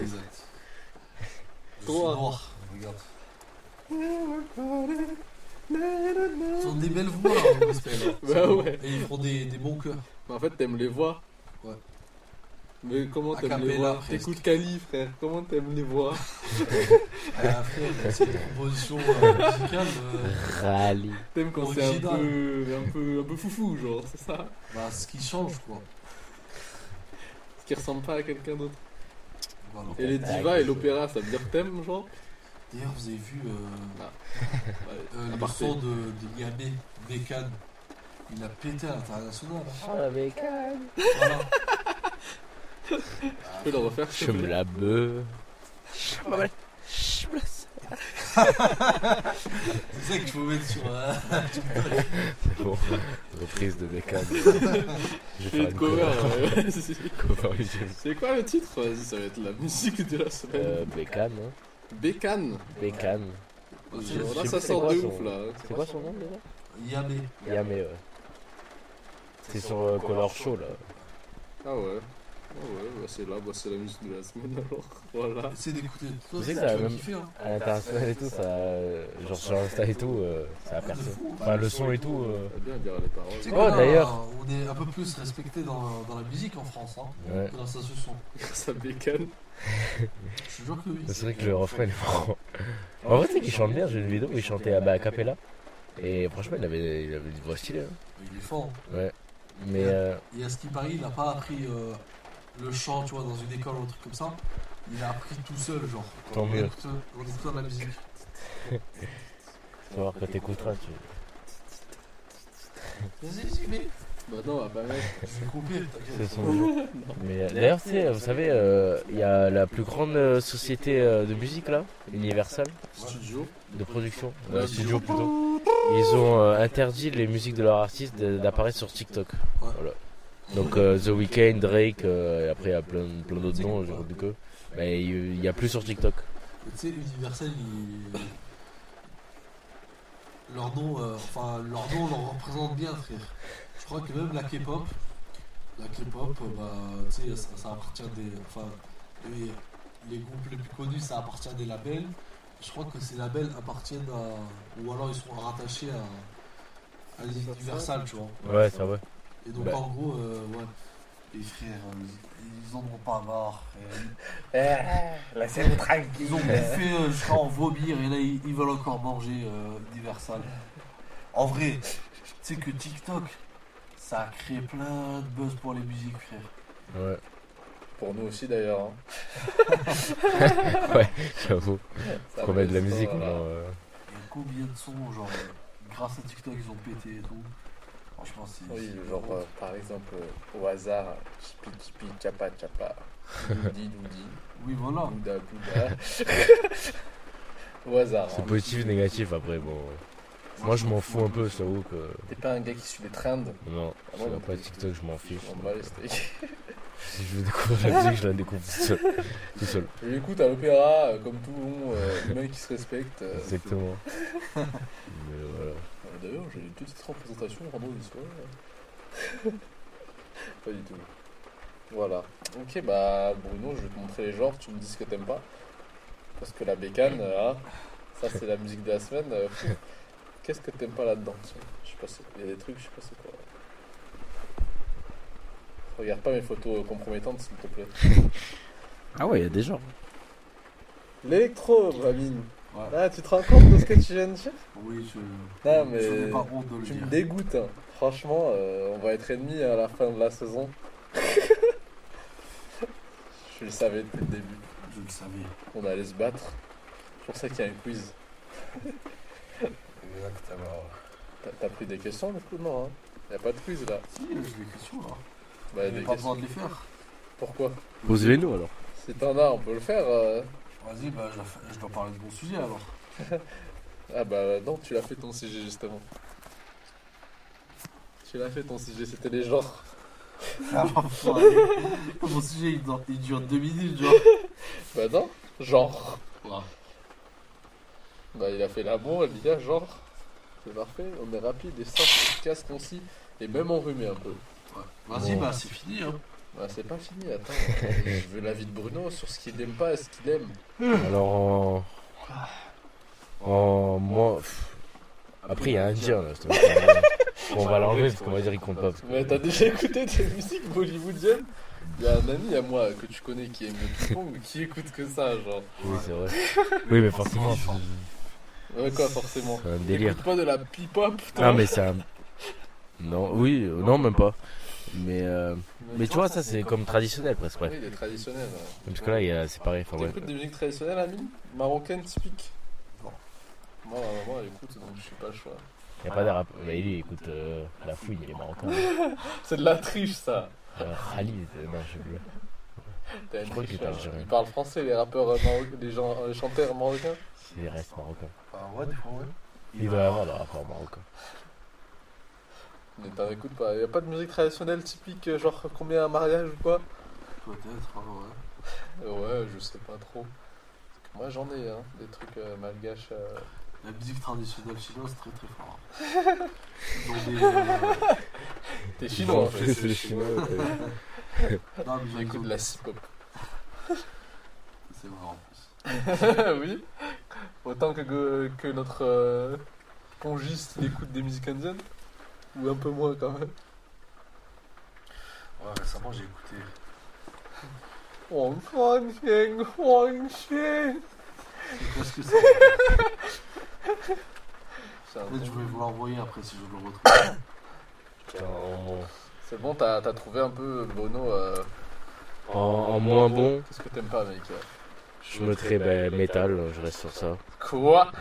S2: exact.
S3: Toi.
S2: Je suis noir, regarde. Ils ont des belles voix, hein, au gospel.
S3: Bah ouais.
S2: Et ils font des, des bons cœurs.
S3: Mais en fait, t'aimes les voix.
S2: Ouais.
S3: Mais comment t'aimes
S2: Acapella,
S3: les voix
S2: presque.
S3: T'écoutes Kali, frère. Comment t'aimes les voix
S2: Ah, frère, c'est une composition euh, musicale. euh,
S1: Rally.
S3: T'aimes quand c'est un
S2: Original.
S3: peu, un, peu, un peu foufou, genre, c'est ça
S2: Bah, ce qui change, quoi.
S3: Ce qui ressemble pas à quelqu'un d'autre.
S2: Voilà.
S3: Et
S1: Ouais,
S3: les divas et
S1: c'est-
S3: l'opéra, ça veut dire t'aimes, genre
S2: D'ailleurs, vous avez vu euh,
S3: Ouais.
S2: euh, le
S3: Ah. Aparté.
S2: son de, de Yamé, Bécane. Il a pété à l'international. hein.
S1: Oh la mec.
S2: Voilà.
S3: Tu peux le refaire s'il te plaît
S1: la bœuf.
S2: C'est ça qu'il faut mettre sur. euh,
S1: C'est bon. Reprise de Bécane. Je
S3: Je
S1: vais faire
S3: fais une
S1: une cover.
S3: cover.
S1: hein.
S3: ouais, ouais, si.
S1: Cover YouTube.
S3: C'est quoi le titre Vas-y, ça va être la musique de la semaine.
S1: Euh, Bécane, hein.
S3: Bécane.
S1: Bécane.
S2: c'est-
S1: Je sais
S3: Là,
S1: plus
S3: ça
S1: c'est
S3: sort
S1: quoi
S3: de
S1: son-
S3: ouf, là.
S1: C'est quoi son nom déjà
S2: Yamé.
S1: Yamé, ouais. euh, C'est sur euh, Color Show là.
S3: Ah ouais. Ah ouais, bah c'est là, bah c'est la musique de la semaine alors. Voilà.
S2: Essaye bah, d'écouter. Toi,
S1: Tu sais
S2: tu
S1: que
S2: vas
S1: ça a même-
S2: kiffer. Hein.
S1: À l'international et tout, ça. euh, Genre sur Insta et tout, euh, ça a
S2: Ah, De
S1: percé.
S2: fou.
S1: Enfin, le son et tout. euh,
S3: T'as bien dire les paroles.
S2: Tu sais
S1: Oh,
S2: que là,
S1: d'ailleurs.
S2: On est un peu plus respecté dans, dans la musique en France hein,
S1: Ouais.
S2: que dans sa chanson.
S3: Grâce à Bécane.
S2: Je te jure que oui.
S1: C'est vrai que le refrain il est franc. En vrai, tu sais qu'il chante bien. J'ai une vidéo où il chantait à bas a cappella. Et franchement, il avait, il avait une voix stylée. hein.
S2: Il est fort.
S1: Ouais. Mais euh,
S2: Et à ce qui paraît, il n'a pas appris euh, le chant, tu vois, dans une école ou un truc comme ça. Il a appris tout seul, genre.
S1: Tant
S2: en
S1: mieux.
S2: écoutant- En écoutant de la musique.
S1: tu vas voir quand t'écouteras, tu.
S2: Vas-y, vas-y, mais
S3: Bah non,
S1: ah,
S3: bah, bah mec.
S2: je vais couper,
S1: C'est
S2: t'inquiète.
S1: son jeu. Mais euh, d'ailleurs, tu sais, vous savez, euh, il y a la plus grande euh, société euh, de musique là, Universal,
S3: Studio.
S1: de production, euh, studio plutôt. Ils ont euh, interdit les musiques de leurs artistes de- d'apparaître sur TikTok. Voilà. Donc euh, The Weeknd, Drake, euh, et après il y a plein, plein d'autres noms, j'ai oublié que. Mais il n'y a plus sur TikTok.
S2: Tu sais, Universal, ils... leur nom, euh, enfin, leur nom leur représente bien, frère. Je crois que même la K-pop, la K-pop, euh, bah, tu sais, ça, ça appartient des, enfin, les, les groupes les plus connus, ça appartient à des labels. Je crois que ces labels appartiennent à, ou alors ils sont rattachés à, à Universal, tu vois.
S1: Ouais, ça va.
S2: Et donc,
S1: Bah.
S2: en gros, euh, ouais. Les frères, ils, ils en ont pas marre, frère.
S1: Eh, bah,
S5: La scène tranquille.
S2: Ils ont bouffé euh, jusqu'à en vomir et là ils, ils veulent encore manger euh, Universal. En vrai, tu sais que TikTok, ça a créé plein de buzz pour les musiques, frère.
S1: Ouais,
S3: Pour nous aussi d'ailleurs. hein.
S1: j'avoue.
S3: Ça
S1: Qu'on
S3: va
S1: met de la
S3: être ça,
S1: musique,
S3: voilà.
S1: genre, euh,
S2: Il y a combien de sons, genre, euh, grâce à TikTok, ils ont pété et tout. Franchement, c'est.
S6: Oui,
S2: c'est-
S6: genre euh, par exemple euh, au hasard, chipi chipi chapa chapa, doudi doudi,
S2: Oui, voilà.
S6: bouda bouda. au hasard.
S1: c'est
S6: hein.
S1: positif, négatif après, bon. Moi, je m'en fous un peu, ça vaut que.
S3: T'es pas un gars qui suit les trends.
S1: Non,
S3: Ah
S1: je
S3: ouais,
S1: vois pas
S3: mais-
S1: TikTok, je m'en fiche.
S3: On va les steaks.
S1: Si je veux découvrir la musique, je la découvre tout seul. Tout seul.
S3: Et écoute, à l'opéra, euh, comme tout bon euh, humain qui se respecte. euh,
S1: Exactement. Mais voilà.
S3: Euh, D'ailleurs, j'ai une petite représentation vendredi soir. hein. pas du tout. Voilà. Ok, bah Bruno, je vais te montrer les genres, tu me dis ce que t'aimes pas. Parce que la bécane, euh, hein, ça c'est la musique de la semaine. euh, pff, Qu'est-ce que t'aimes pas là-dedans tiens Je sais pas, c'est- il y a des trucs, je sais pas c'est quoi. Regarde pas mes photos euh, compromettantes, s'il te plaît.
S1: Ah ouais, il y a des gens.
S3: L'électro, Bramine.
S2: Ouais.
S3: Ah, tu te rends compte de ce que tu viens de dire
S2: Oui, je.
S3: Non, mais-
S2: Je n'ai pas honte de le
S3: Tu
S2: dire.
S3: me dégoûtes, hein. franchement, euh, on va être ennemis à la fin de la saison. Je le savais depuis le début,
S2: Je le savais.
S3: on allait se battre. C'est pour ça qu'il y a un quiz.
S7: Exactement.
S3: T'as- T'as pris des questions du coup Non, hein. y a pas de quiz là.
S2: Si, euh, j'ai des questions là.
S3: Bah,
S2: J'ai
S3: des
S2: pas le
S3: questions.
S2: droit de les faire.
S3: Pourquoi
S1: Posez-les-nous alors.
S3: Si t'en as, on peut le faire. euh.
S2: Vas-y, bah, je, la fais- je dois parler de mon sujet alors.
S3: Ah bah non, tu l'as fait ton CG justement. Tu l'as fait ton CG, c'était les genres.
S2: mon sujet, il dure, il dure deux minutes, genre.
S3: Bah non, genre.
S2: Voilà.
S3: Bah, il a fait l'amour, il y a genre. C'est parfait, on est rapide et simple, efficace, concis, et même enrhumé un peu.
S2: Ouais. Vas-y,
S1: Bon.
S2: bah, c'est fini. Hein.
S3: Bah, c'est pas fini, attends. je veux l'avis de Bruno sur ce qu'il aime pas et ce qu'il aime.
S1: Alors en. En. Moi. pff. Après, il y a un indien là. je te jure. Bon, on va l'enlever parce qu'on va dire qu'il compte pas. parce que-
S3: Mais t'as déjà écouté des musiques bollywoodiennes Il y a un ami à moi que tu connais qui aime le ping-pong, qui écoute que ça, genre.
S1: Oui, c'est vrai. Oui, mais forcément,
S3: Ouais, quoi, forcément.
S1: c'est un délire.
S3: T'écoutes pas de la pip-hop,
S1: Non, mais c'est un. Non, oui, euh, non, même pas. Mais, euh, mais tu vois, ça c'est comme traditionnel presque, ouais.
S3: Oui, des traditionnels. ouais.
S1: Parce que là, il y a- c'est pareil, enfin Ah ouais.
S3: T'écoutes des musiques traditionnelles, ami Marocaines, typiques Moi, ma maman, elle écoute, donc je suis pas le choix.
S1: Il n'y a pas d'arabe. Mais lui, écoute, euh, la fouille, il est marocain.
S3: C'est de la triche, ça
S1: Euh, Khalid, euh, non, je sais plus.
S3: T'as une
S1: Je crois
S3: triche,
S1: qu'il est
S3: hein.
S1: algérien.
S3: Ils parlent français, les rappeurs euh, marocains, les, gens, euh, les chanteurs marocains.
S1: C'est les restes marocains.
S7: Ah ouais, des fois, ouais.
S1: Il doit y avoir le rapport marocain.
S3: Mais t'en écoutes pas. Y a pas de musique traditionnelle typique, euh, genre combien un mariage ou quoi
S2: Peut-être, hein, ouais.
S3: Euh, Ouais, je sais pas trop. Moi j'en ai, hein, des trucs euh, malgaches. euh.
S2: La musique traditionnelle chinoise, c'est très très fort. hein. Donc, des, euh,
S3: T'es chinois en fait.
S1: C'est les chinois. euh,
S2: non, mais
S3: J'écoute de
S2: j'écoute.
S3: la C-pop.
S2: C'est vrai en plus.
S3: oui. Autant que, que, que notre euh, pongiste il écoute des musiques indiennes. Ou un peu moins quand même.
S2: Ouais, récemment, j'ai écouté.
S3: Wang Fan Xiang, Wang Xiang.
S2: C'est quoi ce que c'est
S3: C'est un
S2: Peut-être je
S3: nom.
S2: vais vous l'envoyer après si je le retrouve.
S1: putain, en-
S3: C'est bon, t'as t'as trouvé un peu Bono. euh,
S1: en, en moins bon,
S3: Qu'est-ce que t'aimes pas, mec euh
S1: je mettrais ben, métal, je reste sur ça.
S3: Quoi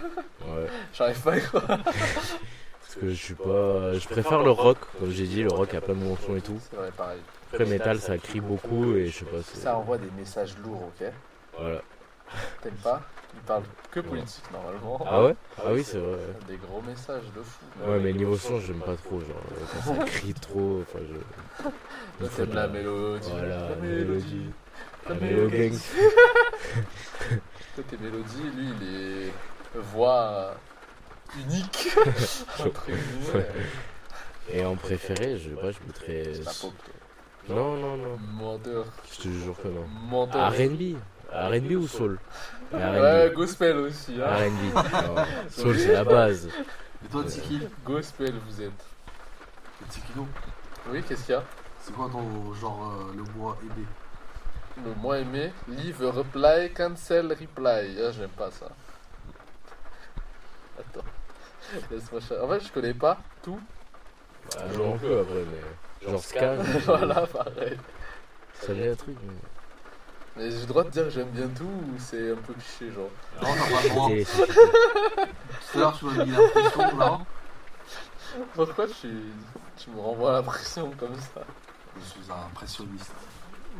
S1: Ouais.
S3: J'arrive pas à croire.
S1: Parce que je suis pas. euh, Je préfère le rock, comme j'ai dit, le rock a plein de mentions et tout.
S3: C'est vrai, pareil.
S1: Après, métal, ça crie beaucoup et je sais pas. c'est-
S3: Ça envoie des messages lourds, ok
S1: Voilà.
S3: T'aimes pas Il parle que politique normalement.
S1: Ah ouais Ah oui, c'est vrai.
S3: Des gros messages de fou.
S1: Ouais, mais niveau son, j'aime pas trop. Genre, euh, quand ça crie trop, enfin, je.
S3: Toi, t'aimes la mélodie.
S1: Voilà,
S3: la
S1: la
S3: mélodie.
S1: mélodie.
S3: La
S1: La mélo
S3: mélodie.
S1: gangs.
S3: Toi, t'es mélodie, lui, il est voix unique. Entre guillemets.
S1: Ouais. Et en préféré, je sais pas, je mettrais.
S3: C'est la pop, toi.
S1: Non, non, non.
S3: Menteur.
S1: Je te jure que non.
S3: Menteur.
S1: RB RB ou Soul Mais
S3: Ouais,
S1: RB.
S3: gospel aussi. Hein.
S1: RB. Non, Soul, c'est la base.
S2: Et toi, Tiki
S3: Gospel, vous êtes.
S2: Tikino,
S3: Oui, qu'est-ce qu'il y a
S2: c'est quoi ton genre euh, le mois aimé
S3: Le moins aimé, leave, a reply, cancel, reply. Ah, j'aime pas ça. Attends. Laisse-moi chercher. En fait, je connais pas tout.
S1: Bah, je m'en peux après, mais. Genre Ska,
S3: voilà, pareil.
S1: ça vient un truc. mais-
S3: Mais j'ai le droit de dire que j'aime bien tout ou c'est un peu cliché, genre
S2: Non, t'as pas le droit.
S1: Télé, c'est-
S2: Tout à l'heure, tu m'as mis la pression là.
S3: Pourquoi tu, tu me renvoies à la pression comme ça
S2: Je suis un impressionniste.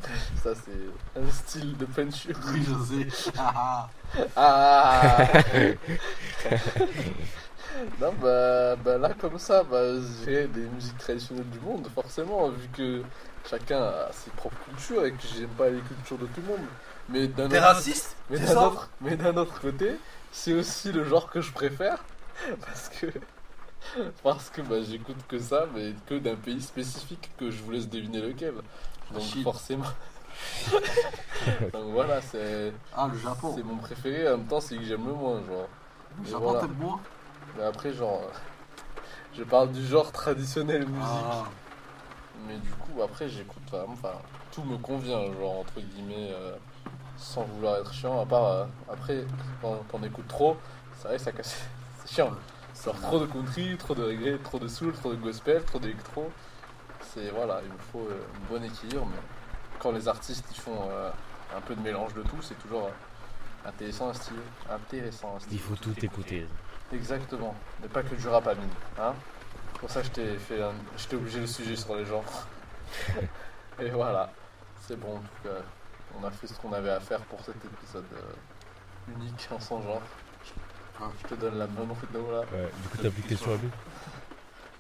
S3: Ça, c'est un style de peinture.
S2: Oui, je sais. Ah, ah.
S3: Ah Non, bah, bah là, comme ça, bah, j'ai des musiques traditionnelles du monde, forcément, vu que chacun a ses propres cultures et que j'aime pas les cultures de tout le monde. Mais d'un
S8: T'es
S3: autre,
S8: raciste
S3: mais
S8: t'es
S3: d'un
S8: ça
S3: autre- mais d'un autre côté, c'est aussi le genre que je préfère parce que, parce que bah, j'écoute que ça, mais que d'un pays spécifique que je vous laisse deviner lequel. Donc,
S2: Chine.
S3: forcément. Donc voilà, c'est
S2: Ah, le Japon.
S3: c'est mon préféré, en même temps, c'est que j'aime le moins, genre.
S2: Le
S3: Et
S2: Japon,
S3: voilà.
S2: t'aimes moins
S3: Mais après, genre, euh, je parle du genre traditionnel musique.
S2: Ah,
S3: Mais du coup, après, j'écoute vraiment. Enfin, tout me convient, genre, entre guillemets, euh, sans vouloir être chiant. À part, euh, après, quand t'en écoutes trop, c'est vrai que ça casse. C'est chiant. Genre, trop de country, trop de reggae, trop de soul, trop de gospel, trop d'électro. C'est voilà, il me faut euh, un bon équilibre. Mais quand les artistes ils font euh, un peu de mélange de tout, c'est toujours euh, intéressant à stylé. Intéressant à stylé.
S1: Il faut tout écouter.
S3: Exactement, mais pas que du rap Amine, hein C'est pour ça que je t'ai fait un- je t'ai obligé le sujet sur les gens. Et voilà, c'est bon en tout cas, on a fait ce qu'on avait à faire pour cet épisode euh, unique en son genre.
S2: Ah.
S3: Je te donne la bonne route là,
S1: Ouais, du coup, t'as plus de questions à lui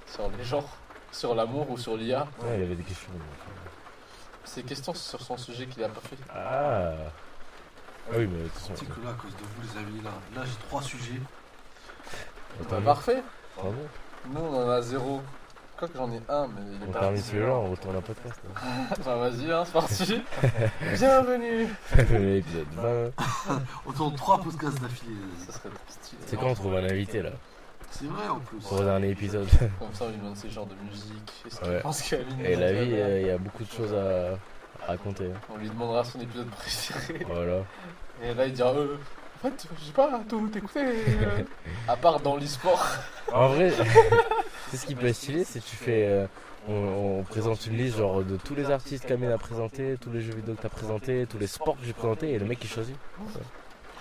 S3: sur les genres, sur l'amour ou sur l'IA.
S1: Ouais, il avait des questions. euh.
S3: Ces questions c'est sur son sujet qu'il a pas fait.
S1: Ah Ah oui, mais de toute façon.
S2: c'est que là, à cause de vous, les amis, là, là j'ai trois sujets.
S1: On
S3: Bah,
S1: termine, Ah
S3: parfait,
S1: pardon,
S3: nous on en a zéro. Quoi que j'en ai un, mais il est
S1: on
S3: pas
S1: termine sur le genre, on retourne un podcast. hein.
S3: Bah vas-y, hein, c'est parti. Bienvenue
S1: hein. L'épisode 20.
S2: Autour de trois podcasts d'affilée.
S3: Ça serait trop stylé.
S1: C'est quand on trouve un invité là
S2: C'est vrai en plus.
S1: Pour le dernier épisode.
S3: Comme ça, on lui demande ses genres de musique. Est-ce
S1: Ouais.
S3: qu'il pense qu'Amine
S1: Et
S3: nous
S1: la
S3: entend
S1: vie, euh, il y a beaucoup de choses à, à raconter. hein.
S3: On lui demandera son épisode préféré.
S1: Voilà.
S3: Et là, il dira euh, En fait, j'ai pas tout écouté. euh. à part dans l'e-sport.
S1: En vrai, c'est ce qui peut être stylé, c'est que tu fais. euh, on, on présente une liste genre de tous les artistes qu'Amine a présenté, tous les jeux vidéo que t'as présenté, tous les sports que j'ai présentés, et le mec il choisit. Ouais.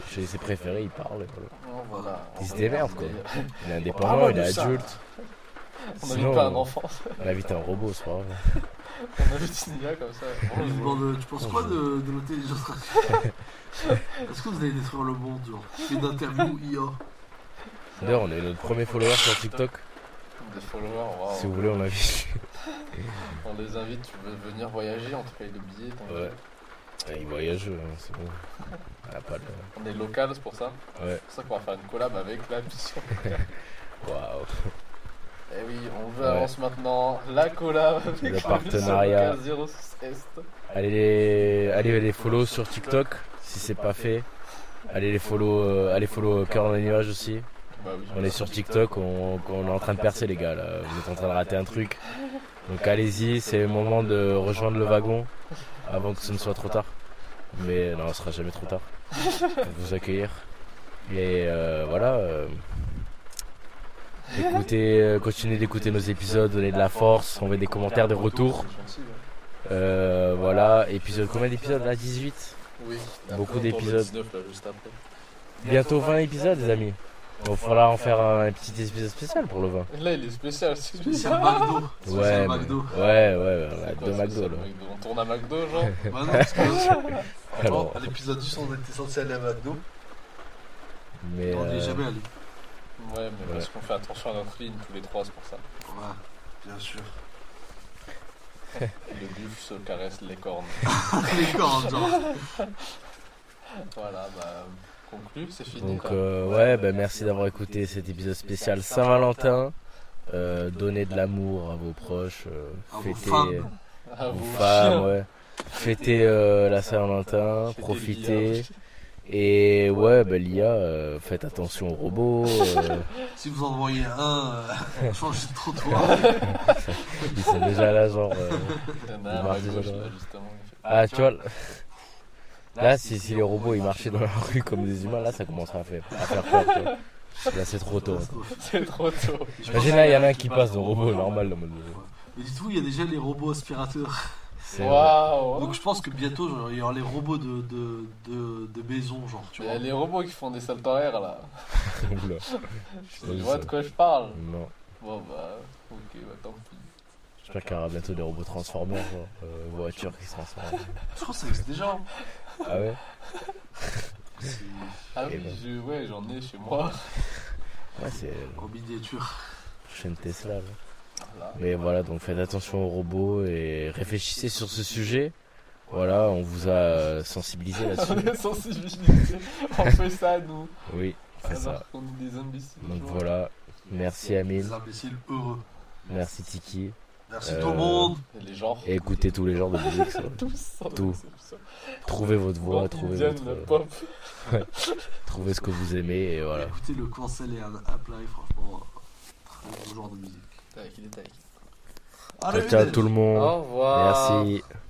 S1: Il choisit ses préférés, il parle. et voilà.
S3: Oh, voilà.
S1: Il se
S3: On
S1: démerde, quoi.
S3: regarde,
S1: Il est
S3: Ah
S1: indépendant,
S3: ouais,
S1: il
S3: de
S1: est
S3: ça.
S1: adulte.
S3: On
S1: Sinon,
S3: n'invite pas un enfant.
S1: On invite un robot, c'est pas grave.
S3: On invite une IA comme ça.
S2: On lui demande, tu penses quoi de, de l'intelligence artificielle Est-ce que vous allez détruire le monde genre C'est une interview IA.
S1: D'ailleurs, on est notre premier follower sur TikTok.
S3: Des followers, waouh.
S1: Si vous voulez, on l'invite.
S3: On les invite, tu veux venir voyager, on te paye le billet. t'en-
S1: Ouais. Ouais, Il voyage, hein, c'est bon. Elle a pas de.
S3: On est local, c'est pour ça.
S1: Ouais.
S3: C'est pour ça qu'on va faire une collab avec la mission.
S1: Waouh.
S3: Eh oui, on
S1: Ouais.
S3: avance maintenant la collab avec
S1: Le
S3: la mission
S1: partenariat.
S3: locale 06 Est.
S1: Allez les, allez les follow sur TikTok si c'est pas fait. Allez les follow, euh, allez follow Cœur dans les nuages aussi.
S3: Bah oui.
S1: On est sur TikTok, on, on est en train de percer les gars là. Vous êtes en train de rater un truc. Donc allez-y, c'est le moment de rejoindre le wagon avant que ce ne soit trop tard. Mais non, ce sera jamais trop tard pour vous accueillir. Et euh, voilà. euh, écoutez, euh, continuez d'écouter nos épisodes, donnez de la force, envoyez des commentaires, des retours.
S3: C'est gentil, hein. ouais.
S1: Euh, voilà, épisode combien d'épisodes là 18
S3: Oui,
S1: Beaucoup
S3: après, on tourne le
S1: d'épisodes.
S3: 19, là, juste après.
S1: Bientôt 20 épisodes les amis. Il faudra en faire un petit épisode spécial pour le 20.
S3: Là, il est spécial, c'est
S2: Spécial
S3: spécial.
S2: McDo.
S1: Ouais,
S2: Spécial McDo.
S1: mais- ouais, ouais, on a
S3: C'est quoi,
S1: deux McDo
S3: spécial
S1: là.
S3: McDo On tourne à McDo, genre
S2: Bah non, parce que
S1: Alors,
S8: À l'épisode 10, on était censé aller à McDo.
S1: mais
S2: on
S1: euh,
S2: n'est jamais allé.
S3: Ouais, mais parce qu'on fait attention à notre ligne tous les trois, c'est pour ça.
S2: Ouais, bien sûr.
S3: Le buff se caresse les cornes.
S2: Les cornes, genre.
S3: Voilà, bah, conclu, c'est fini.
S1: donc
S3: quoi.
S1: euh, ouais, bah, merci d'avoir écouté cet épisode spécial Saint-Valentin. Euh, donnez de l'amour à vos proches, euh,
S2: À vos
S1: fêtez
S2: femmes.
S3: À
S1: vos
S3: vos
S1: femmes,
S3: chiens.
S1: ouais. Fêtez euh, la Saint-Valentin,
S3: Fêtez
S1: profitez. Et ouais, bah, l'IA, euh, faites attention aux robots. euh,
S2: Si vous en voyez un, euh, changez de trottoir.
S1: ils sont déjà là, genre. euh,
S3: Il y en a
S1: Ils
S3: un à
S1: marchent
S3: gauche,
S1: déjà,
S3: là,
S1: ouais.
S3: justement. il fait-
S1: Ah, tu vois. Là, si, si les robots ils marchaient dans la rue comme des humains, là ça commencerait à faire, à faire peur. tu vois. Là c'est trop tôt.
S3: C'est trop tôt.
S1: Imagine là, il y en a un qui passe, le robot normal. en mode-
S2: Mais du tout, il y a déjà les robots aspirateurs.
S1: C'est
S3: Waouh
S2: Donc je pense que bientôt, genre, il y aura les robots de, de, de, de maison, genre, tu
S3: Il y
S2: vois.
S3: a les robots qui font des saltos en l'air, là.
S1: Oula.
S3: Tu
S1: vu
S3: vois
S1: ça. Mm.
S3: de quoi je parle
S1: Non,
S3: Bon, bah, ok, bah tant pis.
S1: Eh j'espère qu'il y aura bientôt des robots transformeurs, genre, euh, voitures qui se transforment.
S2: Je crois que ça existe déjà. hein.
S1: Ah ouais
S2: C'est-
S3: Ah
S1: Et
S3: oui,
S1: ben.
S3: je- ouais, j'en ai chez moi.
S1: Ouais, c'est
S2: En miniature.
S1: chaîne Tesla. là.
S3: Voilà.
S1: Mais voilà, donc faites attention aux robots et réfléchissez sur ce sujet. Voilà, on vous a sensibilisé là-dessus.
S3: On est sensibilisé. On fait ça, nous.
S1: Oui, c'est ça.
S3: Alors qu'on est des imbéciles.
S1: Donc voilà, merci Amine,
S2: Des imbéciles heureux.
S1: merci Tiki.
S2: Merci
S1: Euh,
S2: tout le monde.
S3: Et Les genres.
S1: Et écoutez tous les genres de musique. ça.
S3: Tous. sans
S1: Tout.
S3: exception.
S1: Trouvez votre voix, trouvez,
S3: Indienne,
S1: votre-
S3: la pop.
S1: trouvez ce que vous aimez et voilà.
S2: Écoutez le cancel et Apple Live, franchement, très bon genre de musique.
S3: Tac, il est tac.
S1: Ciao, ciao tout le monde.
S3: Au revoir.
S1: Merci.